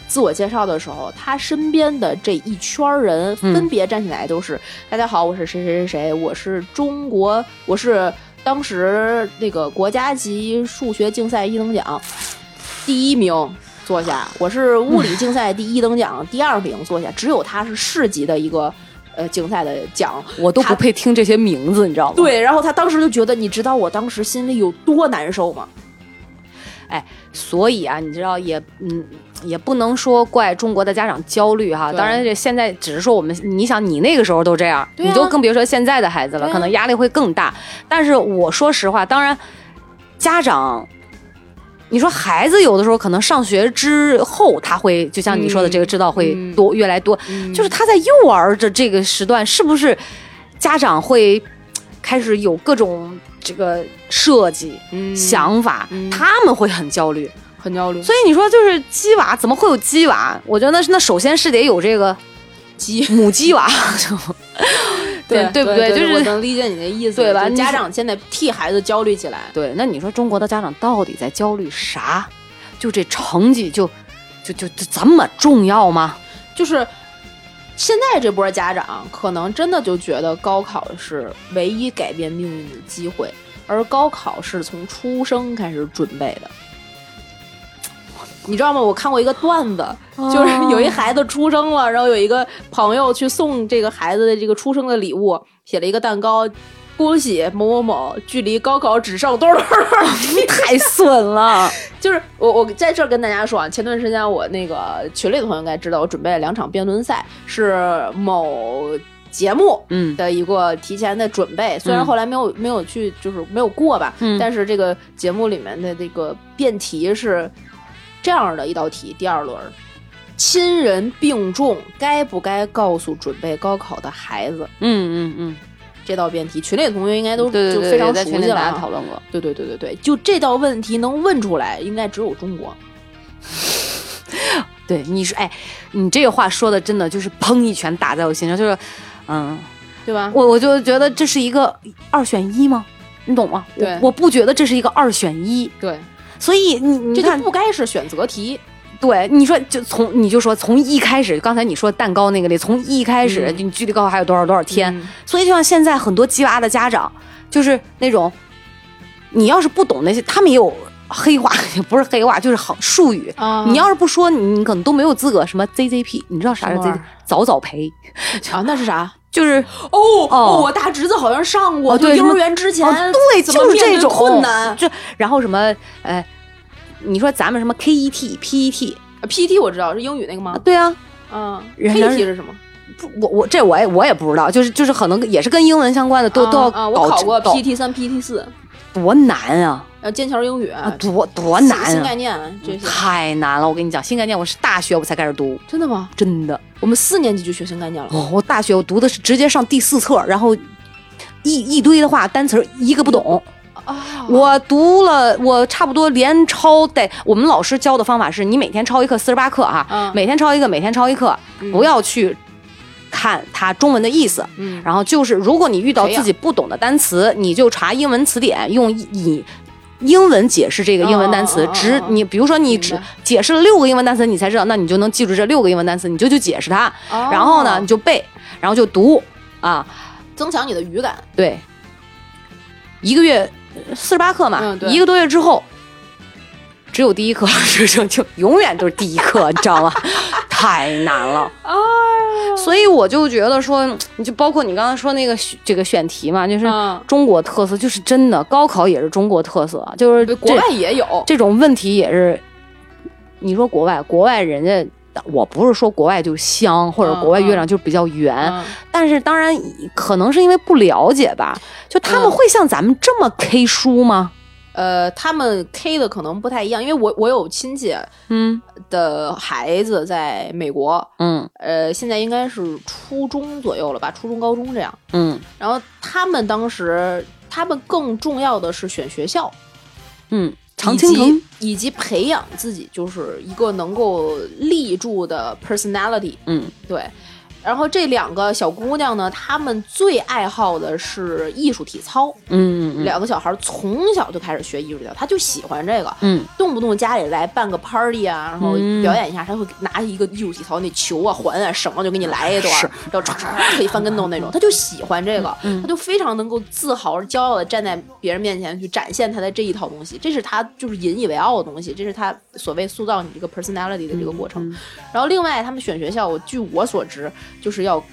F: 自我介绍的时候，他身边的这一圈儿人分别站起来都是：大家好，我是谁谁谁谁，我是中国，我是当时那个国家级数学竞赛一等奖第一名。坐下，我是物理竞赛第一等奖第二名，坐下。只有他是市级的一个呃竞赛的奖，
B: 我都
F: 他
B: 不配听这些名字，你知道吗？，
F: 对，然后他当时就觉得，你知道我当时心里有多难受吗？
B: 所以啊，你知道也嗯，也不能说怪中国的家长焦虑哈。
F: 对
B: 当然，这现在只是说我们，你想你那个时候都这样，
F: 啊
B: 你就更别说现在的孩子了，
F: 对啊
B: 可能压力会更大。但是我说实话，当然家长。你说孩子有的时候可能上学之后，他会就像你说的，这个知道会
F: 嗯
B: 多、越来多，就是他在幼儿的这个时段，是不是家长会开始有各种这个设计、想法，他们会很焦虑。
F: 嗯很焦虑，
B: 所以你说就是鸡娃，怎么会有鸡娃？我觉得那那首先是得有这个
F: 鸡
B: 母鸡娃， 对
F: 对
B: 不
F: 对？
B: 就
F: 我
B: 是
F: 能理解你的意思，
B: 对吧
F: 就
B: 你是
F: 家长现在替孩子焦虑起来，
B: 对。那你说中国的家长到底在焦虑啥？就这成绩就就就就这么重要吗？
F: 就是现在这波家长可能真的就觉得高考是唯一改变命运的机会，而高考是从出生开始准备的。你知道吗？我看过一个段子，就是有一孩子出生了，然后有一个朋友去送这个孩子的这个出生的礼物，写了一个蛋糕，恭喜某某某，距离高考只剩多少多少多少米。
B: 太损了！
F: 就是我我在这儿跟大家说啊，前段时间我那个群里的朋友应该知道，我准备了两场辩论赛，是某节目
B: 嗯
F: 的一个提前的准备，虽然后来没有没有去，就是没有过吧，
B: 嗯
F: 但是这个节目里面的这个辩题是这样的一道题，第二轮。亲人病重，该不该告诉准备高考的孩子？
B: 嗯嗯嗯，
F: 这道辩题，群里的同学应该都
B: 对对
F: 就
B: 对
F: 非常
B: 对，在
F: 熟
B: 群里
F: 悉了
B: 大家
F: 啊。
B: 讨论过。
F: 对对对对对，就这道问题能问出来，应该只有中国。
B: 对，你说，哎，你这个话说的真的就是砰一拳打在我心上，就是，嗯，
F: 对吧？
B: 我我就觉得这是一个二选一吗？你懂吗？
F: 对
B: 我我不觉得这是一个二选一，
F: 对，
B: 所以你你
F: 这就
B: 看，
F: 不该是选择题。
B: 对你说就从你就说从一开始，刚才你说蛋糕那个里，从一开始、
F: 嗯
B: 你距离高考还有多少多少天，
F: 嗯
B: 所以就像现在很多鸡娃的家长，就是那种，你要是不懂那些，他们也有黑话， 也不是黑话，就是好术语。
F: 啊
B: 你要是不说，你可能都没有资格。什么 ZZP，你知道啥是
F: 什么玩
B: ZZ？
F: 意儿
B: 早早培，
F: 啊，那是啥？
B: 就是
F: 哦
B: 哦
F: 我大侄子好像上过，
B: 哦
F: 就
B: 对
F: 幼
B: 什
F: 儿
B: 么
F: 园之前，
B: 哦、对，
F: 怎么
B: 就是
F: 面
B: 这
F: 对
B: 种
F: 困难。啊
B: 就然后什么呃，你说咱们什么 E KET、PET，
F: PPT E 我知道是英语那个吗？
B: 对啊，
F: 嗯
B: 人家
F: ，PPT 是什么？
B: 不我我这我也我也不知道，就是就是可能也是跟英文相关的，都、都要
F: 啊
B: 搞
F: 啊，我考过
B: 搞
F: PPT 三、PPT 四，
B: 多难啊，
F: 呃，剑桥英语
B: 啊多多
F: 新
B: 难
F: 新
B: 啊
F: 概，念这些。
B: 太难了！我跟你讲，新概念我是大学我才开始读，
F: 真的吗？
B: 真的，
F: 我们四年级就学新概念了，
B: 哦、我大学我读的是直接上第四册，然后一一堆的话单词儿一个不懂。
F: 啊
B: 我读了，我差不多连抄带。我们老师教的方法是，你每天抄一课，四十八课啊，
F: 嗯
B: 每天抄一个，每天抄一课，不要去看它中文的意思。
F: 嗯
B: 然后就是，如果你遇到
F: 谁呀
B: 自己不懂的单词，你就查英文词典，用以英文解释这个英文单词
F: 哦哦哦。哦
B: 只
F: 哦
B: 你比如说你
F: 明
B: 只
F: 白
B: 解释了六个英文单词，你才知道，那你就能记住这六个英文单词，你就去解释它。哦
F: 哦
B: 然后呢，你就背，然后就读啊，
F: 增强你的语感。
B: 对，一个月四十八课嘛，
F: 嗯对
B: 一个多月之后，只有第一课， 就就就永远都是第一课，你知道吗？太难了。
F: 哎
B: 所以我就觉得说，你就包括你刚才说那个选这个选题嘛，就是
F: 嗯
B: 中国特色，就是真的高考也是中国特色，就是
F: 对，国
B: 这
F: 外也有，
B: 这种问题也是，你说国外，国外人家我不是说国外就香，或者
F: 嗯
B: 国外月亮就比较圆，但是当然可能是因为不了解吧，就他们会像咱们这么 K 书吗？
F: 呃，他们 K 的可能不太一样，因为我我有亲戚
B: 嗯
F: 的孩子在美国，
B: 嗯
F: 呃，现在应该是初中左右了吧，初中高中这样。
B: 嗯
F: 然后他们当时，他们更重要的是选学校，
B: 嗯，常青
F: 以
B: 藤
F: 及，以及培养自己就是一个能够立住的 personality。
B: 嗯
F: 对。然后这两个小姑娘呢，她们最爱好的是艺术体操。
B: 嗯嗯
F: 两个小孩从小就开始学艺术体操，她就喜欢这个，
B: 嗯，
F: 动不动家里来办个 party 啊，然后
B: 嗯
F: 表演一下，她会拿一个艺术体操那球啊、环啊、绳啊，就给你来一段
B: 是嗯
F: 儿，然后唰唰唰可以翻跟头那种，她就喜欢这个，她就非常能够自豪、骄傲的站在别人面前去展现她的这一套东西，这是她就是引以为傲的东西，这是她所谓塑造你这个 personality 的这个
B: 嗯
F: 过程。然后另外，他们选学校，我据我所知，就是要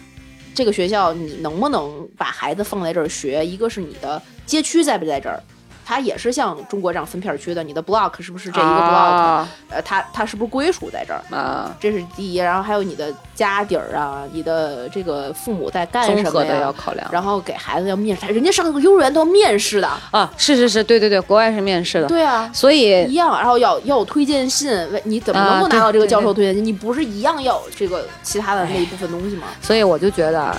F: 这个学校你能不能把孩子放在这儿学，一个是你的街区在不在这儿。它也是像中国这样分片区的，你的 block 是不是这一个 block？、
B: 啊
F: 呃，它它是不是归属在这儿？
B: 啊，
F: 这是第一，然后还有你的家底儿啊，你的这个父母在干
B: 综
F: 什
B: 合
F: 么
B: 的
F: 呀
B: 要？考量
F: 然后给孩子要面试，人家上个幼儿园都要面试的，
B: 啊，是是是，对对对，国外是面试的，
F: 对啊，
B: 所以
F: 一样，然后要要有推荐信，为你怎么
B: 啊
F: 能够
B: 对
F: 拿到这个教授
B: 对
F: 推荐信？你不是一样要有这个其他的那一部分东西吗？
B: 所以我就觉得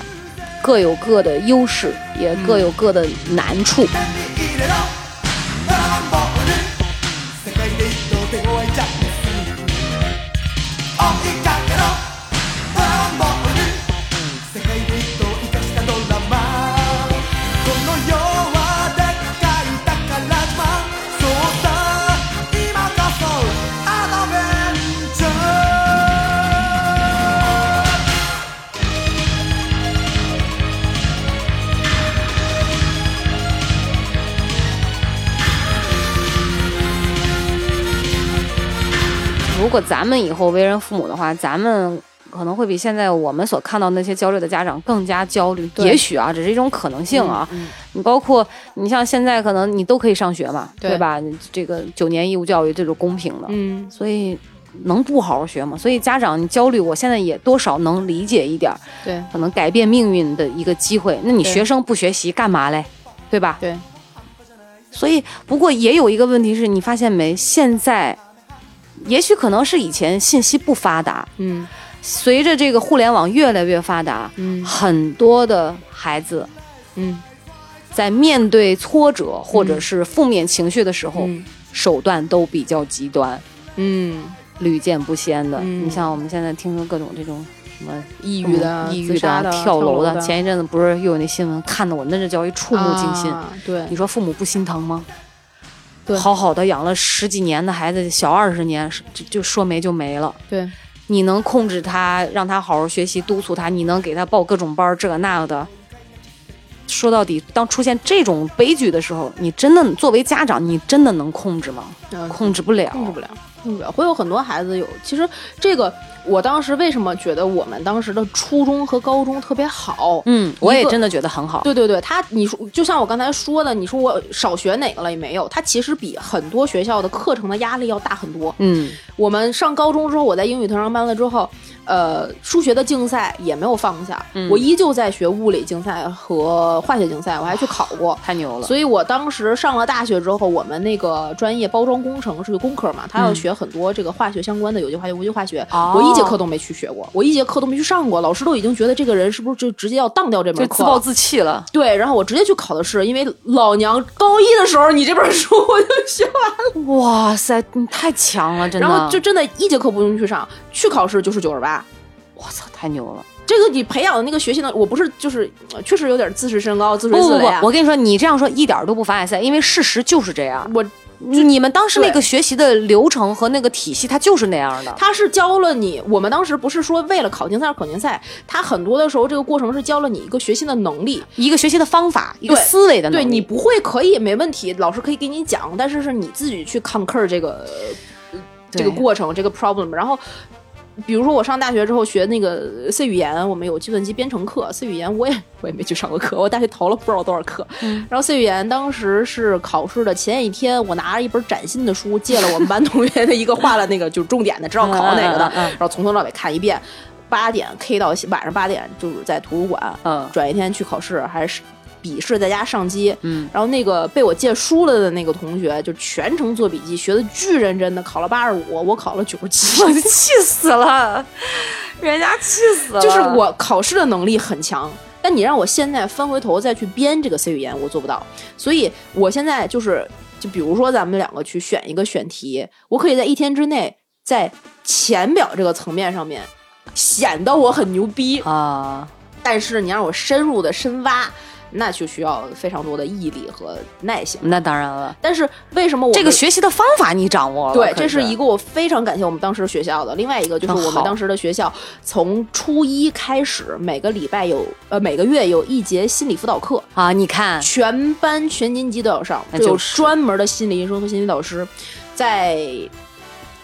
B: 各有各的优势，也各有各的难处。
G: 世界で一度手ごわいジャックです大きいだけどドラゴンボール世界で一度生かしたドラマこの世はでっかい宝島そうさ今こそアドベンチャー
B: 如果咱们以后为人父母的话，咱们可能会比现在我们所看到那些焦虑的家长更加焦虑。也许啊，只是一种可能性啊。
F: 嗯
B: 你包括你像现在，可能你都可以上学嘛，对
F: 对
B: 吧？你这个九年义务教育这种公平的，
F: 嗯，
B: 所以能不好好学吗？所以家长你焦虑，我现在也多少能理解一点儿，
F: 对
B: 可能改变命运的一个机会。那你
F: 对
B: 学生不学习干嘛嘞？对吧？
F: 对。
B: 所以，不过也有一个问题是，你发现没？现在，也许可能是以前信息不发达，
F: 嗯
B: 随着这个互联网越来越发达，
F: 嗯
B: 很多的孩子
F: 嗯
B: 在面对挫折或者是负面情绪的时候，
F: 嗯
B: 手段都比较极端，
F: 嗯，
B: 屡见不鲜的。
F: 嗯
B: 你像我们现在听说各种这种什么
F: 抑郁的、
B: 嗯抑郁
F: 自杀的、
B: 跳楼
F: 的，
B: 前一阵子不是又有那新闻，看得我那这叫一触目惊心。嗯
F: 啊对
B: 你说父母不心疼吗？
F: 对
B: 好好的养了十几年的孩子，小二十年就就说没就没了。
F: 对，
B: 你能控制他，让他好好学习，督促他，你能给他报各种班儿，这个那个的。说到底，当出现这种悲剧的时候，你真的作为家长，你真的能控制吗？
F: 嗯
B: 控制不了，
F: 控制不了，控制不了，会有很多孩子有。其实这个，我当时为什么觉得我们当时的初中和高中特别好？
B: 嗯，我也
F: 一个
B: 真的觉得很好。
F: 对对对，他你说就像我刚才说的，你说我少学哪个了也没有，他其实比很多学校的课程的压力要大很多。
B: 嗯，
F: 我们上高中之后，我在英语特长班了之后，呃，数学的竞赛也没有放下，
B: 嗯
F: 我依旧在学物理竞赛和化学竞赛，我还去考过。
B: 太牛了。
F: 所以我当时上了大学之后，我们那个专业包装工程是个工科嘛，他要学很多这个化学相关的有机化学、无机化学。
B: 嗯哦
F: 我一节课都没去学过，我一节课都没去上过，老师都已经觉得这个人是不是就直接要当掉这
B: 就
F: 门
B: 自
F: 课
B: 暴
F: 了？
B: 自弃了，
F: 对，然后我直接去考的试，因为老娘高一的时候你这本书 我就学完了，
B: 哇塞，你太强了，真的。
F: 然后就真的一节课不用去上，去考试就是九十八。
B: 我操，太牛了！
F: 这个你培养的那个学习能，我不是就是呃确实有点自视身高、自
B: 不
F: 吹
B: 不
F: 自擂
B: 不
F: 啊。，
B: 我跟你说，你这样说一点儿都不凡尔赛，因为事实就是这样。
F: 我
B: 你你们当时那
F: 对
B: 个学习的流程和那个体系，它就是那样的。
F: 他是教了你，我们当时不是说为了考竞赛而考竞赛，他很多的时候这个过程是教了你一个学习的能力，
B: 一个学习的方法，一个
F: 对
B: 思维的能
F: 对
B: 力。
F: 你不会可以没问题，老师可以给你讲，但是是你自己去 conquer 这个呃这个
B: 对
F: 过程这个 problem，然后。比如说我上大学之后学那个 C 语言，我们有计算机编程课，C 语言我也我也没去上过课，我大学逃了不知道多少课。然后 C 语言当时是考试的前一天，我拿着一本崭新的书，借了我们班同学的一个画了那个就是重点的，知道考哪个的，然后从头到尾看一遍。八点 K 到晚上八点，就是在图书馆，
B: 嗯
F: 转一天去考试，还是笔试在家上机。嗯，然后那个被我借书了的那个同学，就全程做笔记，学的巨认真的，考了八十五，我考了九十七。
B: 气死了，人家气死了。
F: 就是我考试的能力很强，但你让我现在翻回头再去编这个 C 语言，我做不到。所以我现在就是，就比如说咱们两个去选一个选题，我可以在一天之内，在浅表这个层面上面显得我很牛逼，
B: 啊，
F: 但是你让我深入的深挖，那就需要非常多的毅力和耐性。
B: 那当然了，
F: 但是为什么我
B: 这个
F: 们
B: 学习的方法你掌握了，
F: 对，
B: 可
F: 这是一个我非常感谢我们当时学校的。另外一个就是
B: 真
F: 我
B: 好
F: 们当时的学校，从初一开始，每个礼拜有呃每个月有一节心理辅导课，
B: 啊，你看，
F: 全班全年级都要上，
B: 那
F: 就有
B: 就是
F: 专门的心理医生和心理导师。在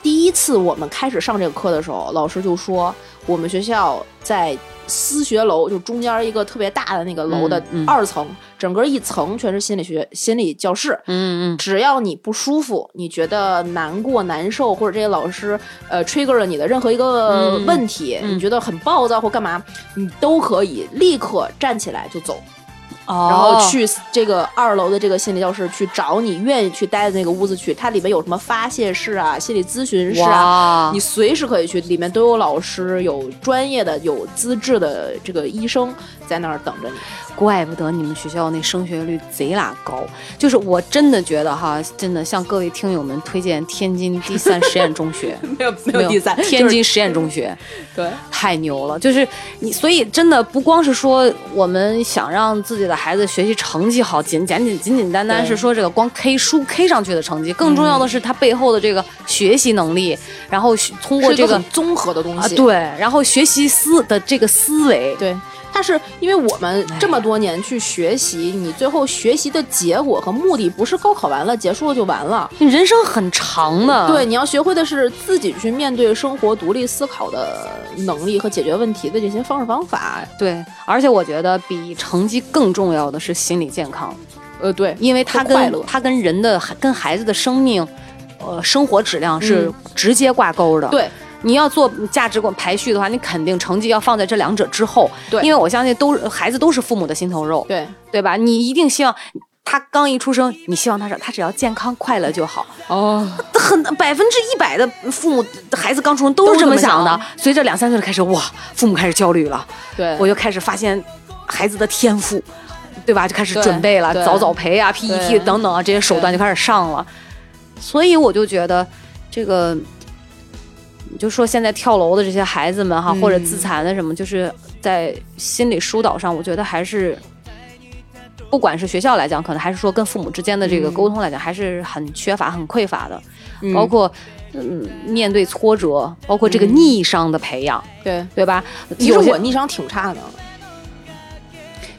F: 第一次我们开始上这个课的时候，老师就说我们学校在思学楼，就中间一个特别大的那个楼的
B: 嗯嗯
F: 二层，整个一层全是心理学心理教室。
B: 嗯嗯，
F: 只要你不舒服，你觉得难过、难受，或者这些老师呃 trigger 了你的任何一个
B: 嗯
F: 问题，
B: 嗯
F: 你觉得很暴躁或干嘛，你都可以立刻站起来就走，
B: 哦，
F: 然后去这个二楼的这个心理教室去找你愿意去待的那个屋子去，它里面有什么发泄室啊、心理咨询室啊。
B: 哇，
F: 你随时可以去，里面都有老师，有专业的、有资质的这个医生在那儿等着你。
B: 怪不得你们学校那升学率贼拉高，就是我真的觉得哈，真的向各位听友们推荐天津第三实验中学，
F: 没有 没
B: 没有天津实验中学
F: 对
B: 太牛了，就是你，所以真的不光是说我们想让自己的孩子学习成绩好，仅仅仅仅简单单
F: 对嗯
B: 是说这个光 K 书 K 上去的成绩，更重要的是他背后的这个学习能力，然后学通过
F: 是一
B: 这
F: 个
B: 个
F: 很综合的东
B: 啊
F: 西。
B: 对，然后学习思的这个思维，
F: 对，但是因为我们这么多年去学习，你最后学习的结果和目的不是高考完了结束了就完了，
B: 你人生很长的，
F: 对，你要学会的是自己去面对生活、独立思考的能力和解决问题的这些方式方法。
B: 对，而且我觉得比成绩更重要的是心理健康，
F: 呃，对，
B: 因为它
F: 和快
B: 跟
F: 乐
B: 它跟人的跟孩子的生命，呃，生活质量是直接挂钩的。
F: 嗯对，
B: 你要做价值观排序的话，你肯定成绩要放在这两者之后。
F: 对
B: 因为我相信都是孩子都是父母的心头肉，
F: 对，
B: 对吧？你一定希望。他刚一出生，你希望他是他只要健康快乐就好，
F: 哦，
B: 很百分之一百的父母孩子刚出生都是这么想的。随着两三岁的开始，哇，父母开始焦虑了，
F: 对，
B: 我就开始发现孩子的天赋，对吧？就开始
F: 对
B: 准备了，
F: 对
B: 早早培啊、PET 等等啊这些手段就开始上了。所以我就觉得，这个你就说现在跳楼的这些孩子们哈，
F: 嗯
B: 或者自残的什么，就是在心理疏导上，我觉得还是。嗯不管是学校来讲，可能还是说跟父母之间的
F: 嗯
B: 这个沟通来讲，还是很缺乏、很匮乏的。包括，嗯，面对挫折，包括这个逆商的培养，
F: 对。
B: 对吧？
F: 嗯其实
B: 有些
F: 我逆商挺差 的，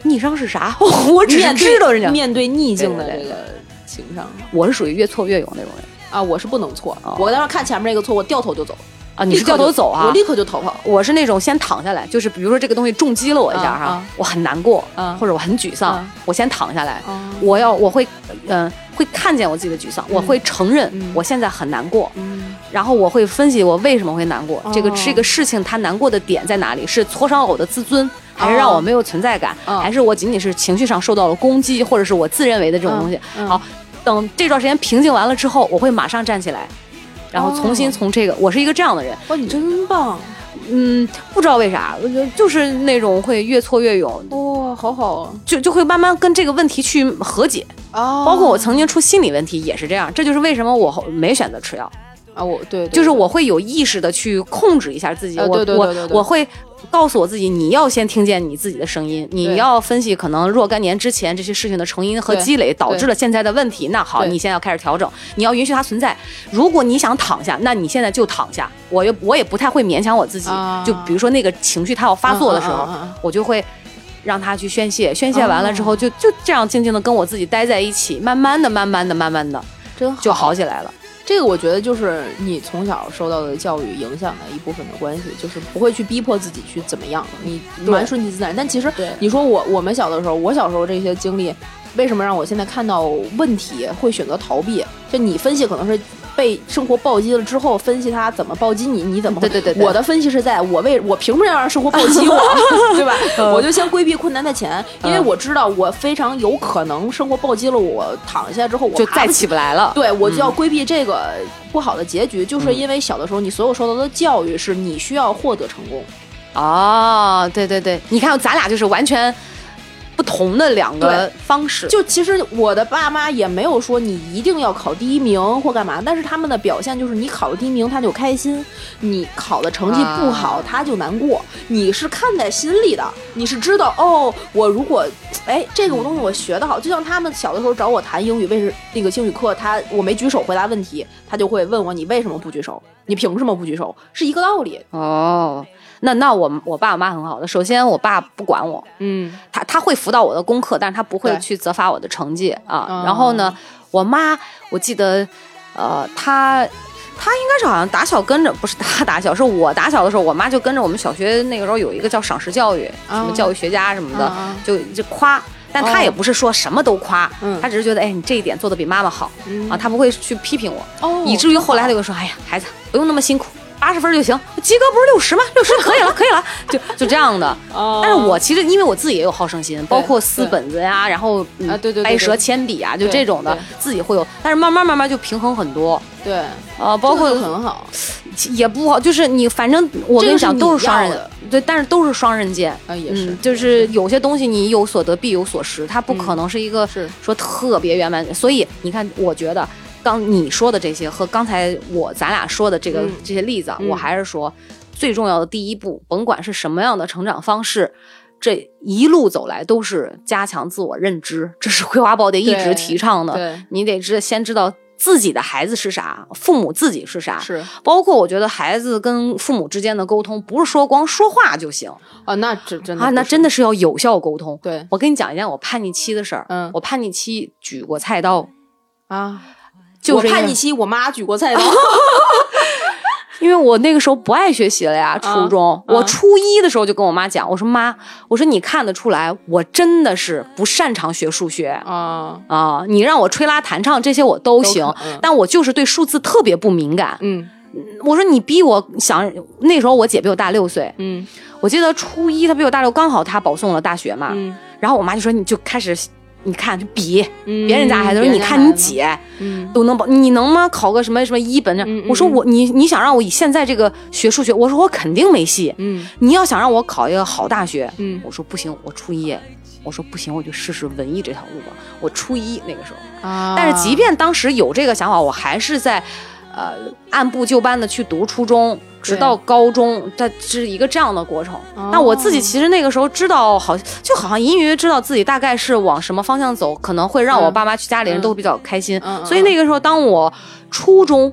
B: 逆商是啥？ 我只是
F: 面对
B: 知道人家，
F: 面对逆境的
B: 对对
F: 这
B: 对
F: 个情商
B: 我是属于越挫越勇那种人
F: 啊，我是不能错
B: 哦。
F: 我当时看前面这个错，我掉头就走，
B: 啊。你是
F: 立刻
B: 掉
F: 就
B: 头走啊
F: 我？立刻就逃跑。
B: 我是那种先躺下来，就是比如说这个东西重击了我一下哈，
F: 嗯嗯
B: 我很难过，
F: 嗯
B: 或者我很沮丧，
F: 嗯
B: 我先躺下来。
F: 哦
B: 我要我会，嗯、会看见我自己的沮丧，
F: 嗯
B: 我会承认我现在很难过，然后我会分析我为什么会难过，
F: 哦
B: 这个这个事情它难过的点在哪里？是挫伤了我的自尊，还是让我没有存在感，
F: 哦
B: 还是我仅仅是情绪上受到了攻击，或者是我自认为的这种东西？
F: 嗯
B: 好，等这段时间平静完了之后，我会马上站起来。然
F: 哦
B: 后重新从这个，我是一个这样的人，
F: 哇，你真棒！
B: 嗯，不知道为啥，我觉得就是那种会越挫越勇，
F: 哇，好好啊
B: 就就会慢慢跟这个问题去和解。
F: 哦
B: 包括我曾经出心理问题也是这样，这就是为什么我后没选择吃药，
F: 啊，我对，对
B: 就是
F: 对
B: 我会有意识的去控制一下自己，
F: 呃
B: 我
F: 对对对对
B: 我
F: 对
B: 我会。告诉我自己，你要先听见你自己的声音，你
F: 对
B: 要分析可能若干年之前这些事情的成因和
F: 对
B: 积累导致了现在的问题。那好，
F: 对
B: 你现在要开始调整，你要允许它存在。如果你想躺下，那你现在就躺下。我又我也不太会勉强我自己，
F: 啊
B: 就比如说那个情绪它要发作的时候，
F: 嗯嗯嗯嗯嗯
B: 我就会让他去宣泄，宣泄完了
F: 啊
B: 之后就就这样静静的跟我自己待在一起，慢慢的、慢慢的、慢慢的
F: 真好
B: 就好起来了。
F: 这个我觉得就是你从小受到的教育影响的一部分的关系，就是不会去逼迫自己去怎么样，你蛮顺其自然。但其实你说我我们小的时候，我小时候这些经历，为什么让我现在看到问题会选择逃避？就你分析可能是。被生活暴击了之后，分析他怎么暴击你，你怎么
B: 对对对对
F: 我的分析是在我为我凭什么要让生活暴击 我，对吧？
B: 嗯
F: 我就先规避困难在前，因为我知道我非常有可能生活暴击了我，躺下之后我
B: 就
F: 爬
B: 再
F: 不
B: 起不来了。
F: 对，我就要规避这个不好的结局，就是因为小的时候你所有受到的教育是你需要获得成功，
B: 哦，对对对，你看咱俩就是完全不同的两个方式。
F: 就其实我的爸妈也没有说你一定要考第一名或干嘛，但是他们的表现就是你考了第一名他就开心，你考的成绩不好、他就难过，你是看在心里的，你是知道哦，我如果哎这个东西我学得好，就像他们小的时候找我谈英语，为什那个英语课他我没举手回答问题，他就会问我你为什么不举手，你凭什么不举手，是一个道理，
B: 哦，那那我我爸我妈很好的。首先，我爸不管我，
F: 嗯。
B: 他他会辅导我的功课，但是他不会
F: 对
B: 去责罚我的成绩啊。
F: 哦
B: 然后呢，我妈，我记得，呃，她她应该是好像打小跟着，不是她打小，是我打小的时候，我妈就跟着我们小学那个时候有一个叫赏识教育，什么教育学家什么的，
F: 哦
B: 就就夸。但她也不是说什么都夸，
F: 嗯
B: 她只是觉得，哎，你这一点做的比妈妈好、啊，她不会去批评我，
F: 哦
B: 以至于后来她就说，哎呀，孩子不用那么辛苦，八十分就行，及格不是六十吗？六十可以了，可以了，就就这样的。
F: 哦
B: 但是我其实因为我自己也有好胜心，包括撕本子呀，然后嗯
F: 啊对对对
B: 掰折
F: 对
B: 铅笔啊，就
F: 对
B: 这种的
F: 对，
B: 自己会有。但是慢慢慢慢就平衡很多，
F: 对，
B: 呃，包
F: 这个就
B: 括
F: 啊很好，
B: 也不好，就是你反正我跟
F: 这个
B: 你
F: 是
B: 讲
F: 你
B: 都是双
F: 要
B: 刃
F: 的，
B: 对，但是都是双刃剑。
F: 啊也是
B: 嗯，，就是有些东西你有所得必有所失，它不可能是一个
F: 是
B: 说特别圆满。所以你看，我觉得刚你说的这些和刚才我咱俩说的这个、
F: 嗯
B: 这些例子啊，
F: 嗯
B: 我还是说最重要的第一步，甭管是什么样的成长方式。这一路走来都是加强自我认知，这是葵花宝典一直
F: 对
B: 提倡的。
F: 对，
B: 你得知先知道自己的孩子是啥，父母自己是啥，
F: 是
B: 包括我觉得孩子跟父母之间的沟通，不是说光说话就行，
F: 啊，那真真的
B: 啊，
F: 不
B: 那
F: 是
B: 真的是要有效沟通。
F: 对
B: 我跟你讲一件我叛逆期的事儿。
F: 嗯
B: 我叛逆期举过菜刀，
F: 啊，
B: 就
F: 我
B: 是因为
F: 叛逆，期，我妈举过 菜刀，
B: 因为我那个时候不爱学习了呀，初中。我
F: 啊
B: 初一的时候就跟我妈讲，我说妈，我说你看得出来，我真的是不擅长学数学。
F: 啊，
B: 啊，你让我吹拉弹唱这些我都行，
F: 都可嗯
B: 但我就是对数字特别不敏感。
F: 嗯
B: 我说你逼我想，那时候我姐比我大六岁，
F: 嗯
B: 我记得初一她比我大六，刚好她保送了大学嘛。
F: 嗯
B: 然后我妈就说你就开始，你看就比，
F: 嗯
B: 别人家孩子，说你看你，姐
F: 别人家孩子嗯
B: 都能保，你能吗？考个什么什么一本这样
F: 嗯嗯
B: 我说我你你想让我以现在这个学数学，我说我肯定没戏。
F: 嗯
B: 你要想让我考一个好大学，
F: 嗯
B: 我说不行，我初一，我说不行，我就试试文艺这条路吧。我初一那个时候，
F: 嗯啊，
B: 但是即便当时有这个想法，我还是在，呃，按部就班的去读初中，直到高中，它是一个这样的过程。
F: 哦
B: 那我自己其实那个时候知道，好就好像隐隐约约知道自己大概是往什么方向走，可能会让我
F: 嗯
B: 爸妈去家里人都比较开心。
F: 嗯嗯
B: 所以那个时候，当我初中。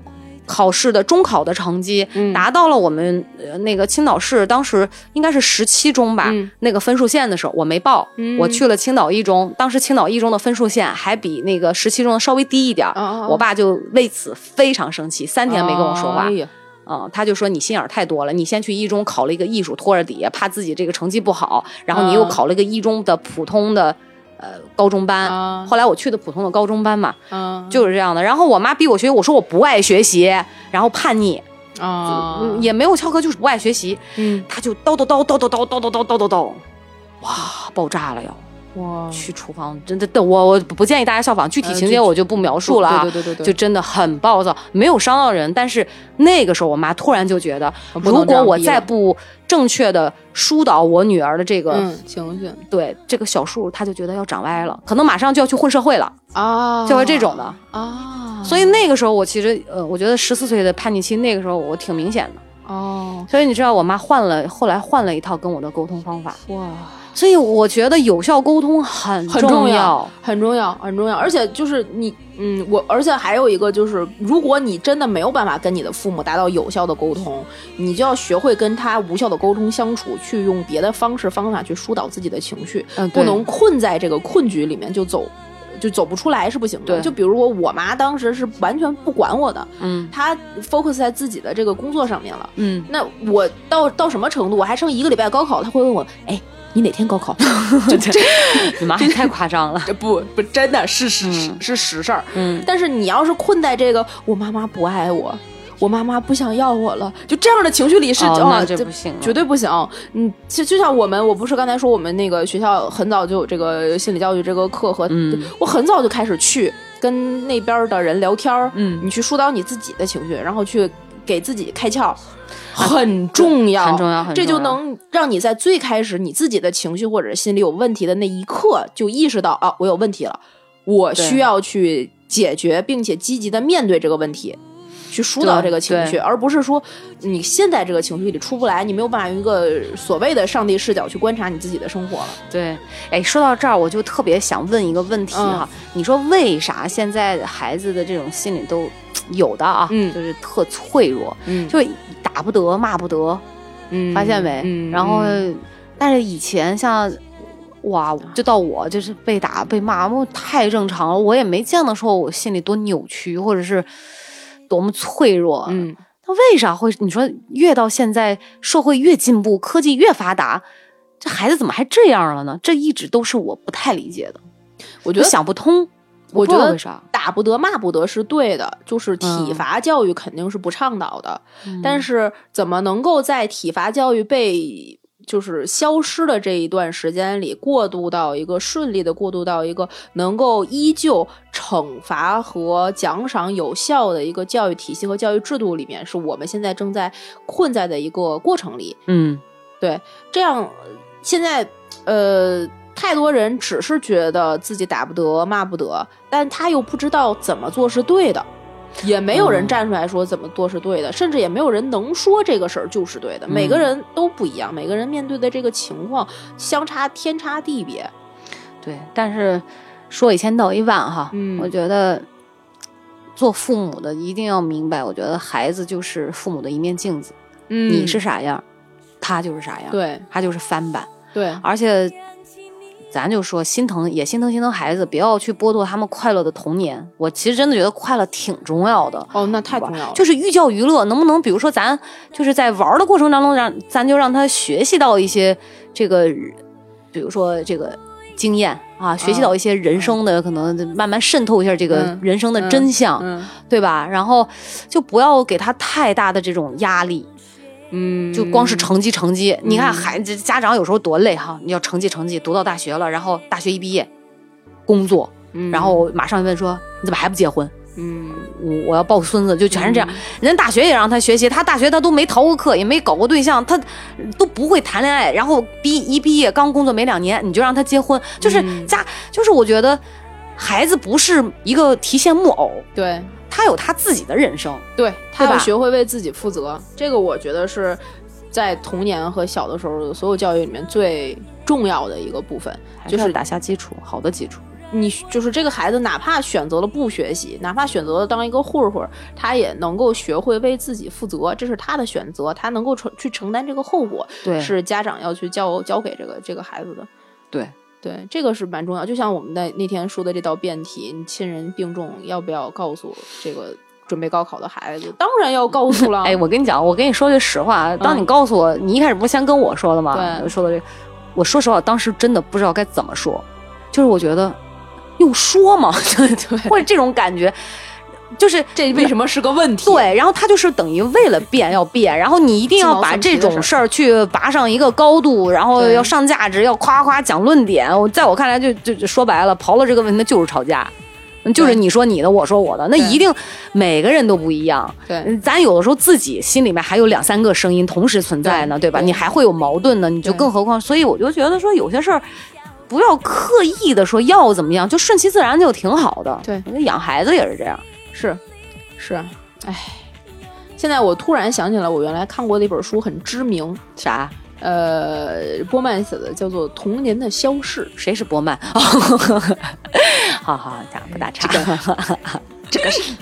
B: 考试的中考的成绩、
F: 嗯
B: 达到了我们呃那个青岛市当时应该是十七中吧、
F: 嗯
B: 那个分数线的时候，我没报，
F: 嗯
B: 我去了青岛一中，当时青岛一中的分数线还比那个十七中的稍微低一点儿，
F: 哦哦哦
B: 我爸就为此非常生气，三天没跟我说话
F: 哎。呀
B: 嗯，他就说你心眼儿太多了，你先去一中考了一个艺术，拖着底，怕自己这个成绩不好，然后你又
F: 嗯
B: 考了一个一中的普通的呃高中班。
F: 嗯
B: 后来我去的普通的高中班嘛，
F: 啊
B: 就是这样的。然后我妈逼我学习，我说我不爱学习，然后叛逆，
F: 啊
B: 嗯也没有翘课，就是不爱学习。
F: 嗯
B: 他就叨叨叨叨叨叨叨叨叨叨叨叨，哇，爆炸了要。
F: 哇
B: 去厨房，真的，的我我不建议大家效仿，具体情节我就不描述了啊。
F: 呃对对对对对
B: 就真的很暴躁，没有伤到人，但是那个时候我妈突然就觉得，
F: 我啊不
B: 如
F: 能这
B: 果
F: 样
B: 我
F: 逼
B: 再
F: 了
B: 不正确的疏导我女儿的这个、
F: 嗯情绪
B: 对这个小树，她就觉得要长歪了，可能马上就要去混社会了，
F: 啊，
B: 就会这种的。
F: 啊，
B: 所以那个时候我其实呃，我觉得十四岁的叛逆期，那个时候我挺明显的。
F: 哦
B: 所以你知道，我妈换了，后来换了一套跟我的沟通方法。
F: 哇。
B: 所以我觉得有效沟通很
F: 很重要，很重要，很重要。而且就是你，嗯，我，而且还有一个就是，如果你真的没有办法跟你的父母达到有效的沟通，你就要学会跟他无效的沟通相处，去用别的方式方法去疏导自己的情绪，
B: 嗯对
F: 不能困在这个困局里面就走。就走不出来是不行的。
B: 对
F: 就比如说我妈当时是完全不管我的，
B: 嗯
F: 她 focus 在自己的这个工作上面了。
B: 嗯，
F: 那我到到什么程度？我还剩一个礼拜高考，她会问我，哎，你哪天高考？就这
B: 你妈也太夸张了。
F: 这不不真的是实是是实事儿。
B: 嗯，
F: 但是你要是困在这个我妈妈不爱我，我妈妈不想要我了，就这样的情绪里是
B: 哦，
F: 啊
B: 那 这
F: 这
B: 不行了，
F: 绝对不行。嗯，其实就像我们，我不是刚才说我们那个学校很早就有这个心理教育这个课和，
B: 嗯
F: 我很早就开始去跟那边的人聊天儿，
B: 嗯
F: 你去疏导你自己的情绪，然后去给自己开窍。很重要，
B: 很重要很
F: 这就
B: 重要
F: 能让你在最开始你自己的情绪或者心理有问题的那一刻，就意识到啊，我有问题了，我
B: 对
F: 需要去解决，并且积极的面对这个问题。去疏导
B: 对
F: 这个情绪，
B: 对
F: 而不是说你现在这个情绪里出不来，你没有办法用一个所谓的上帝视角去观察你自己的生活了。
B: 对，哎，说到这儿，我就特别想问一个问题哈，你说为啥现在孩子的这种心理都有的啊，
F: 嗯
B: 就是特脆弱，
F: 嗯
B: 就是打不得，骂不得，
F: 嗯
B: 发现没？然后，但是以前像。哇，就到我就是被打被骂，我太正常了。我也没见的时候，我心里多扭曲，或者是多么脆弱。，
F: 嗯，
B: 那为啥会？你说越到现在，社会越进步，科技越发达，这孩子怎么还这样了呢？这一直都是我不太理解的，
F: 我觉
B: 我
F: 得
B: 想不通。
F: 我
B: 不
F: 觉
B: 知道
F: 得
B: 为啥？
F: 打不得骂不得是对的，就是体
B: 嗯
F: 罚教育肯定是不倡导的。但是怎么能够在体罚教育被就是消失的这一段时间里，过渡到一个顺利的过渡到一个能够依旧惩罚和奖赏有效的一个教育体系和教育制度里面，是我们现在正在困在的一个过程里。
B: 嗯，
F: 这样呃现在呃，太多人只是觉得自己打不得、骂不得，但他又不知道怎么做是对的。也没有人
B: 嗯
F: 站出来说怎么做是对的，甚至也没有人能说这个事儿就是对的。每个
B: 嗯
F: 人都不一样，每个人面对的这个情况相差天差地别。
B: 对。但是说一千道一万哈，
F: 嗯
B: 我觉得做父母的一定要明白，我觉得孩子就是父母的一面镜子，
F: 嗯
B: 你是啥样，他就是啥样，，
F: 对
B: 他就是翻版。
F: 对，
B: 而且，咱就说心疼，也心疼心疼孩子，不要去剥夺他们快乐的童年。我其实真的觉得快乐挺重要的，
F: 哦，那太重要了。
B: 就是寓教于乐，能不能比如说咱就是在玩儿的过程当中让，咱就让他学习到一些这个，比如说这个经验啊，学习到一些人生的、可能，慢慢渗透一下这个
F: 嗯
B: 人生的
F: 嗯
B: 真相，
F: 嗯
B: 对吧？然后就不要给他太大的这种压力，
F: 嗯，
B: 就光是成绩成绩，你看孩子家长有时候多累哈，你要成绩成绩，读到大学了，然后大学一毕业，工作，
F: 嗯，
B: 然后马上问说你怎么还不结婚？
F: 嗯
B: 我我要抱孙子，就全是这样。人家大学也让他学习，他大学他都没逃过课，也没搞过对象，他都不会谈恋爱。然后毕一毕业刚工作没两年，你就让他结婚，就是家，就是我觉得孩子不是一个提线木偶，
F: 对，
B: 他有他自己的人生。
F: 对他
B: 对
F: 要
B: 吧
F: 学会为自己负责，这个我觉得是在童年和小的时候所有教育里面最重要的一个部分，就
B: 就是打下基础，好的基础。
F: 你就是这个孩子，哪怕选择了不学习，哪怕选择了当一个混混儿，他也能够学会为自己负责，这是他的选择，他能够承去承担这个后果，
B: 对
F: 是家长要去教教给这个这个孩子的。
B: 对
F: 对，这个是蛮重要。就像我们在那天说的这道辩题，你亲人病重要不要告诉这个准备高考的孩子？当然要告诉 了。
B: 哎，我跟你讲，我跟你说句实话，当你
F: 嗯
B: 告诉我，你一开始不是先跟我说的吗？
F: 对
B: 说的这，我说实话，当时真的不知道该怎么说，就是我觉得用说吗？对 对，或者这种感觉，就是
F: 这为什么是个问题？
B: 对，然后他就是等于为了变要变，然后你一定要把这种事儿去拔上一个高度，然后
F: 对
B: 要上价值，要夸夸讲论点。我在我看来就，就就说白了，刨了这个问题，那就是吵架。就是你说你的，我说我的，那
F: 对
B: 一定每个人都不一样。
F: 对
B: 嗯咱有的时候自己心里面还有两三个声音同时存在呢，对吧？你还会有矛盾呢，你就
F: 对
B: 更何况，所以我就觉得说有些事儿不要刻意的说要怎么样，就顺其自然就挺好的。
F: 对，
B: 养孩子也是这样。
F: 是，是啊，哎，现在我突然想起来，我原来看过的一本书很知名，
B: 啥？
F: 呃，波曼写的叫做《童年的消逝》。
B: 谁是波曼？ 好好讲，不打岔。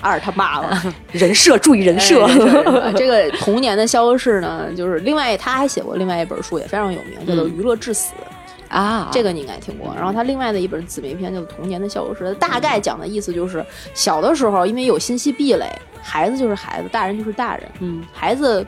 F: 二他妈了，
B: 人设，注意人设。
F: 哎人设人 设这个童年的消逝呢，就是另外他还写过另外一本书也非常有名，叫做《娱乐至死》。
B: 嗯啊，
F: 这个你应该听过。然后他另外的一本姊妹篇叫《做《童年的笑果时代》，大
B: 嗯
F: 概讲的意思就是，小的时候因为有信息壁垒，孩子就是孩子，大人就是大人，
B: 嗯，
F: 孩子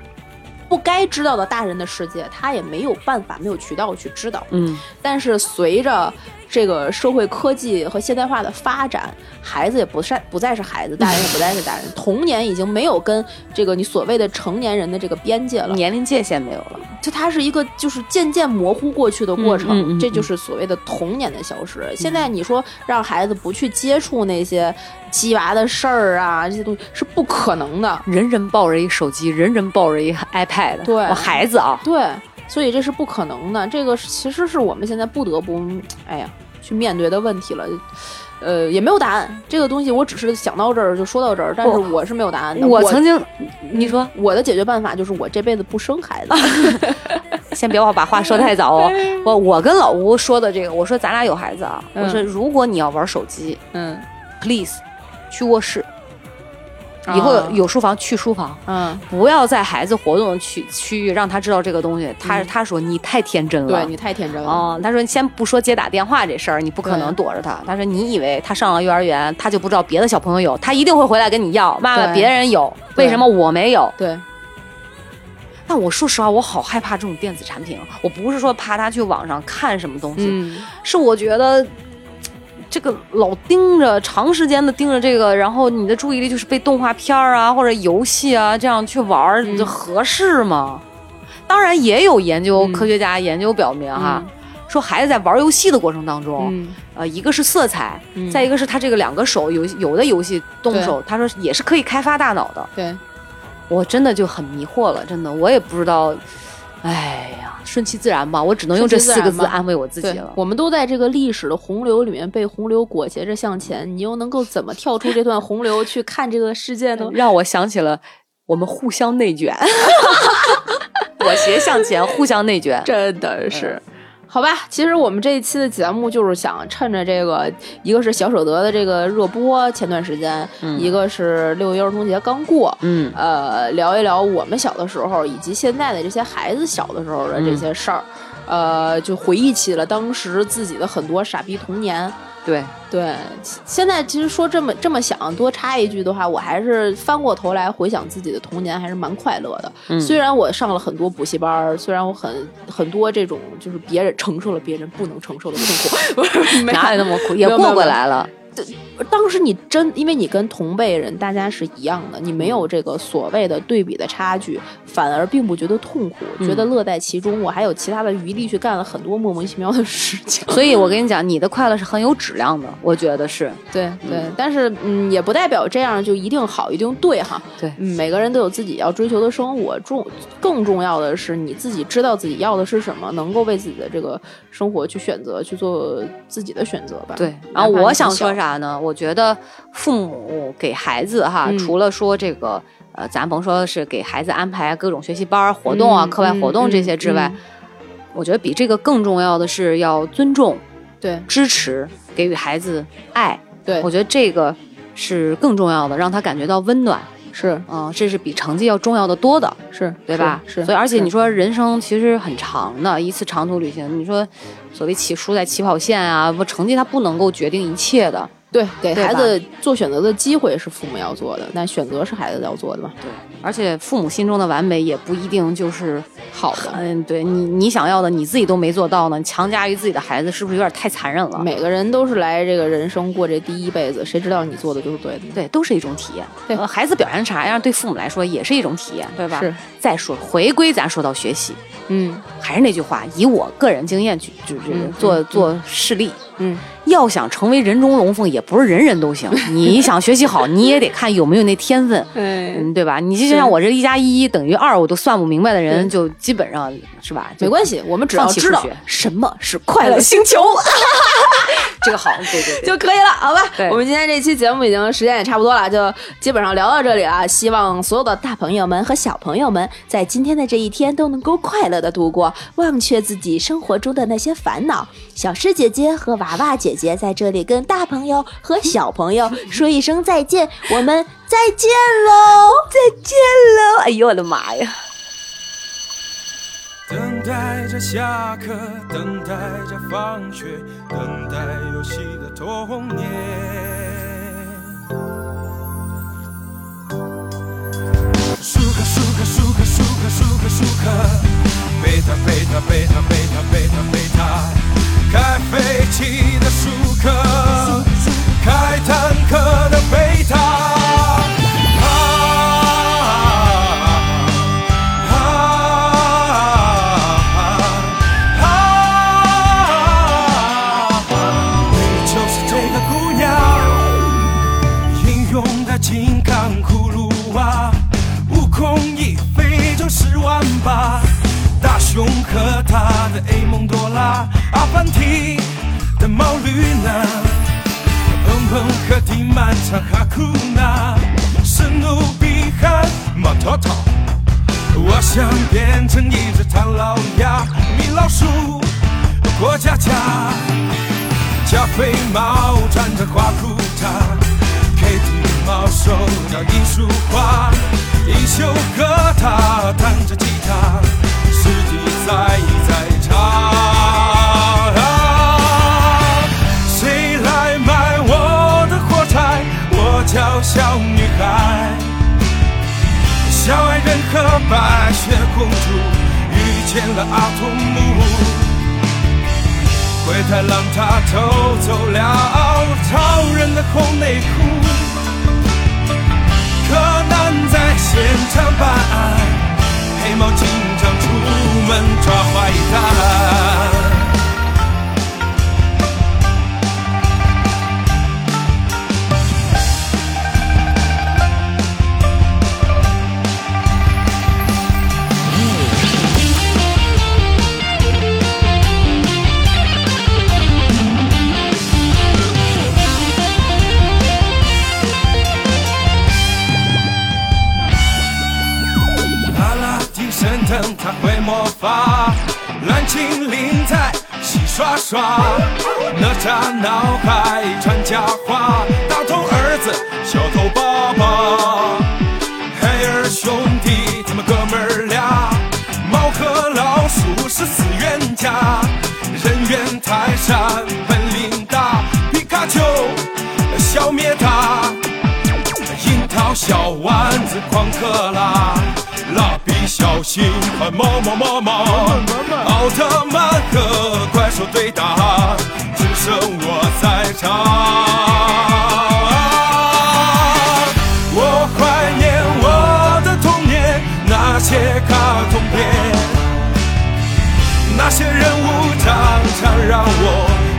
F: 不该知道的大人的世界，他也没有办法、没有渠道去知道，
B: 嗯，
F: 但是随着这个社会科技和现代化的发展，孩子也不再不再是孩子，大人也不再是大人，童年已经没有跟这个你所谓的成年人的这个边界了，
B: 年龄界限没有了。
F: 就它是一个就是渐渐模糊过去的过程，
B: 嗯嗯嗯
F: 这就是所谓的童年的消失。现在你说让孩子不去接触那些鸡娃的事儿啊，这些东西是不可能的，
B: 人人抱着一手机，人人抱着一 iPad。
F: 对
B: 我孩子啊，
F: 对，所以这是不可能的。这个是其实是我们现在不得不，哎呀，去面对的问题了。呃，也没有答案。这个东西我只是想到这儿就说到这儿，但是我是没有答案的。我嗯
B: 我曾经，你说
F: 我的解决办法就是我这辈子不生孩子。
B: 先别把话说太早 哦。我我跟老吴说的这个，我说咱俩有孩子啊，
F: 嗯
B: 我说如果你要玩手机
F: 嗯
B: ，please 去卧室，以后
F: 啊
B: 有有书房去书房，
F: 嗯，
B: 不要在孩子活动区区域让他知道这个东西。他他说你太天真了
F: 嗯对。你太天真了。
B: 哦，他说先不说接打电话这事儿，你不可能躲着他。他说你以为他上了幼儿园，他就不知道别的小朋友有，他一定会回来跟你要。妈妈，
F: 对
B: 别人有，
F: 对
B: 为什么我没有？
F: 对，
B: 但我说实话，我好害怕这种电子产品。啊我不是说怕他去网上看什么东西，
F: 嗯，
B: 是我觉得嘖这个老盯着，长时间的盯着这个，然后你的注意力就是被动画片儿啊或者游戏啊这样去玩儿，这合适吗？当然，也有研究、科学家研究表
F: 啊
B: 明哈。
F: 嗯
B: 说孩子在玩游戏的过程当中，呃，一个是色彩，
F: 嗯
B: 再一个是他这个两个手有有的游戏动手，他说也是可以开发大脑的，
F: 对。
B: 我真的就很迷惑了，真的，我也不知道。哎呀，顺其自然吧，我只能用这四个
F: 顺其
B: 字
F: 自然吧
B: 安慰我自己
F: 对
B: 了，。？
F: 我们都在这个历史的洪流里面被洪流裹挟着向前，你又能够怎么跳出这段洪流去看这个世界呢
B: 让我想起了我们互相内 卷，裹挟向前，互相内卷。
F: 真的是。好吧，其实我们这一期的节目就是想趁着这个，一个是小舍得的这个热播，前段时间，一个是六一儿童节刚过，
B: 嗯
F: 呃，聊一聊我们小的时候以及现在的这些孩子小的时候的这些事儿，呃，就回忆起了当时自己的很多傻逼童年。
B: 对，
F: 对，其现在其实说这么这么想，多插一句的话，我还是翻过头来回想自己的童年，还是蛮快乐的。虽然我上了很多补习班儿，虽然我很很多这种就是别人承受了别人不能承受的痛苦， 没有
B: 哪有那么苦，也
F: 没有
B: 过过来了。
F: 当时你真，因为你跟同辈人大家是一样的，你没有这个所谓的对比的差距，反而并不觉得痛苦，觉得乐在其中。我还有其他的余力去干了很多莫名其妙的事情。
B: 所以我跟你讲，你的快乐是很有质量的，我觉得是。
F: 对对，但是嗯，也不代表这样就一定好，一定对哈。
B: 对
F: 嗯，每个人都有自己要追求的生活，重更重要的是你自己知道自己要的是什么，能够为自己的这个生活去选择，去做自己的选择吧。
B: 对，然
F: 哪怕
B: 后
F: 你
B: 我
F: 很
B: 想
F: 小
B: 说？啥呢？我觉得父母给孩子哈，
F: 嗯
B: 除了说这个呃，咱甭说是给孩子安排各种学习班儿、活动啊、
F: 嗯
B: 课外活动
F: 嗯
B: 这些之外，我觉得比这个更重要的是要尊重、
F: 对
B: 支持，给予孩子爱。
F: 对
B: 我觉得这个是更重要的，让他感觉到温暖。
F: 是
B: 嗯、这是比成绩要重要的多的。
F: 是，
B: 对吧？
F: 是，
B: 所以而且
F: 是
B: 你说人生其实很长的，一次长途旅行，你说所谓起输在起跑线啊，不成绩它不能够决定一切的。
F: 对，给
B: 对
F: 孩
B: 吧
F: 子做选择的机会是父母要做的，但选择是孩子要做的嘛，
B: 对，而且父母心中的完美也不一定就是
F: 好的。
B: 嗯，对你你想要的你自己都没做到呢，强加于自己的孩子是不是有点太残忍了？
F: 每个人都是来这个人生过这第一辈子，谁知道你做的就是对的呢？
B: 对，都是一种体验。
F: 对
B: 呃孩子表现啥样，对父母来说也是一种体验，对吧？
F: 是。
B: 再说，回归咱说到学习，
F: 嗯
B: 还是那句话，以我个人经验去就是
F: 嗯
B: 做、做事例，
F: 嗯，
B: 要想成为人中龙凤，也不是人人都行。你想学习好，你也得看有没有那天分，
F: 哎，
B: 嗯，对吧？你就像我这一加一等于二，我都算不明白的人，就基本上是吧？
F: 没关系，我们只
B: 放
F: 要
B: 弃
F: 知
B: 数
F: 道
B: 学
F: 什 么是快乐星球
B: 系，这个好，对对对。
F: 就可以了，好吧
B: 对？
F: 我们今天这期节目已经时间也差不多了，就基本上聊到这里啊。希望所有的大朋友们和小朋友们在今天的这一天都能够快乐的度过，忘却自己生活中的那些烦恼。
E: 小诗姐姐和娃娃姐姐在这里跟大朋友和小朋友说一声再见，我们再见喽，再见喽！哎呦我的妈呀！
J: 等待着着下课，等待着放学，等待游戏的童年。舒克舒克舒克舒克舒克舒克，贝塔贝塔贝塔贝塔贝塔贝塔，开飞机的舒克，开坦克的贝塔。啊啊啊！你就是这个姑娘。英勇的金刚葫芦娃，悟空一飞就十万八，大雄和他的 A 梦多拉，阿凡提的毛驴呢，鹏鹏和地满唱哈库纳，是努比和马托托，我想变成一只唐老鸭，米老鼠过家家。加菲猫穿着花裤衩，Kitty 猫手拿一束花，一休和他弹着吉他，世纪在在唱。谁来买我的火柴？我叫小女孩，小矮人和白雪公主遇见了阿童木。灰太狼他偷走了超人的红内裤，柯南在现场办案，黑猫警长出门抓坏蛋。阿拉丁神灯他会魔法，蓝精灵在洗刷刷，哪吒脑海传佳话，大头儿子小头爸爸，海尔兄弟他们哥们儿俩，猫和老鼠是死冤家，人猿泰山本领大，皮卡丘消灭他。樱桃小丸子狂克拉，蜡笔小新和猫猫猫猫，奥特曼和怪兽对打，只剩我在场。我怀念我的童年，那些卡通片，那些人物常常让我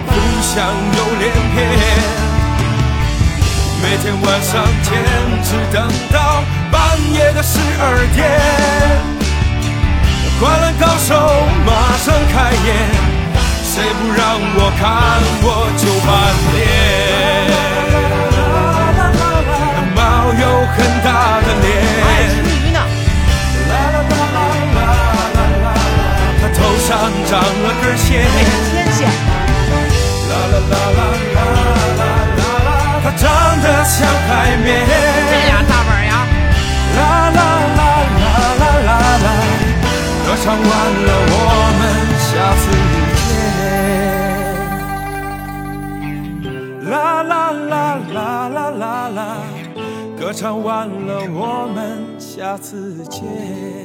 J: 不想有连篇。每天晚上坚持等到半夜的十二点，《灌篮高手》马上开演，谁不让我看我就翻脸。猫有很大的脸，它头上长了根线。啦啦啦啦啦啦啦啦，它长得像海绵。这俩大板牙。啦啦啦啦啦啦啦，歌唱完了，我们下次见。啦啦啦啦啦啦啦，歌唱完了，我们下次见。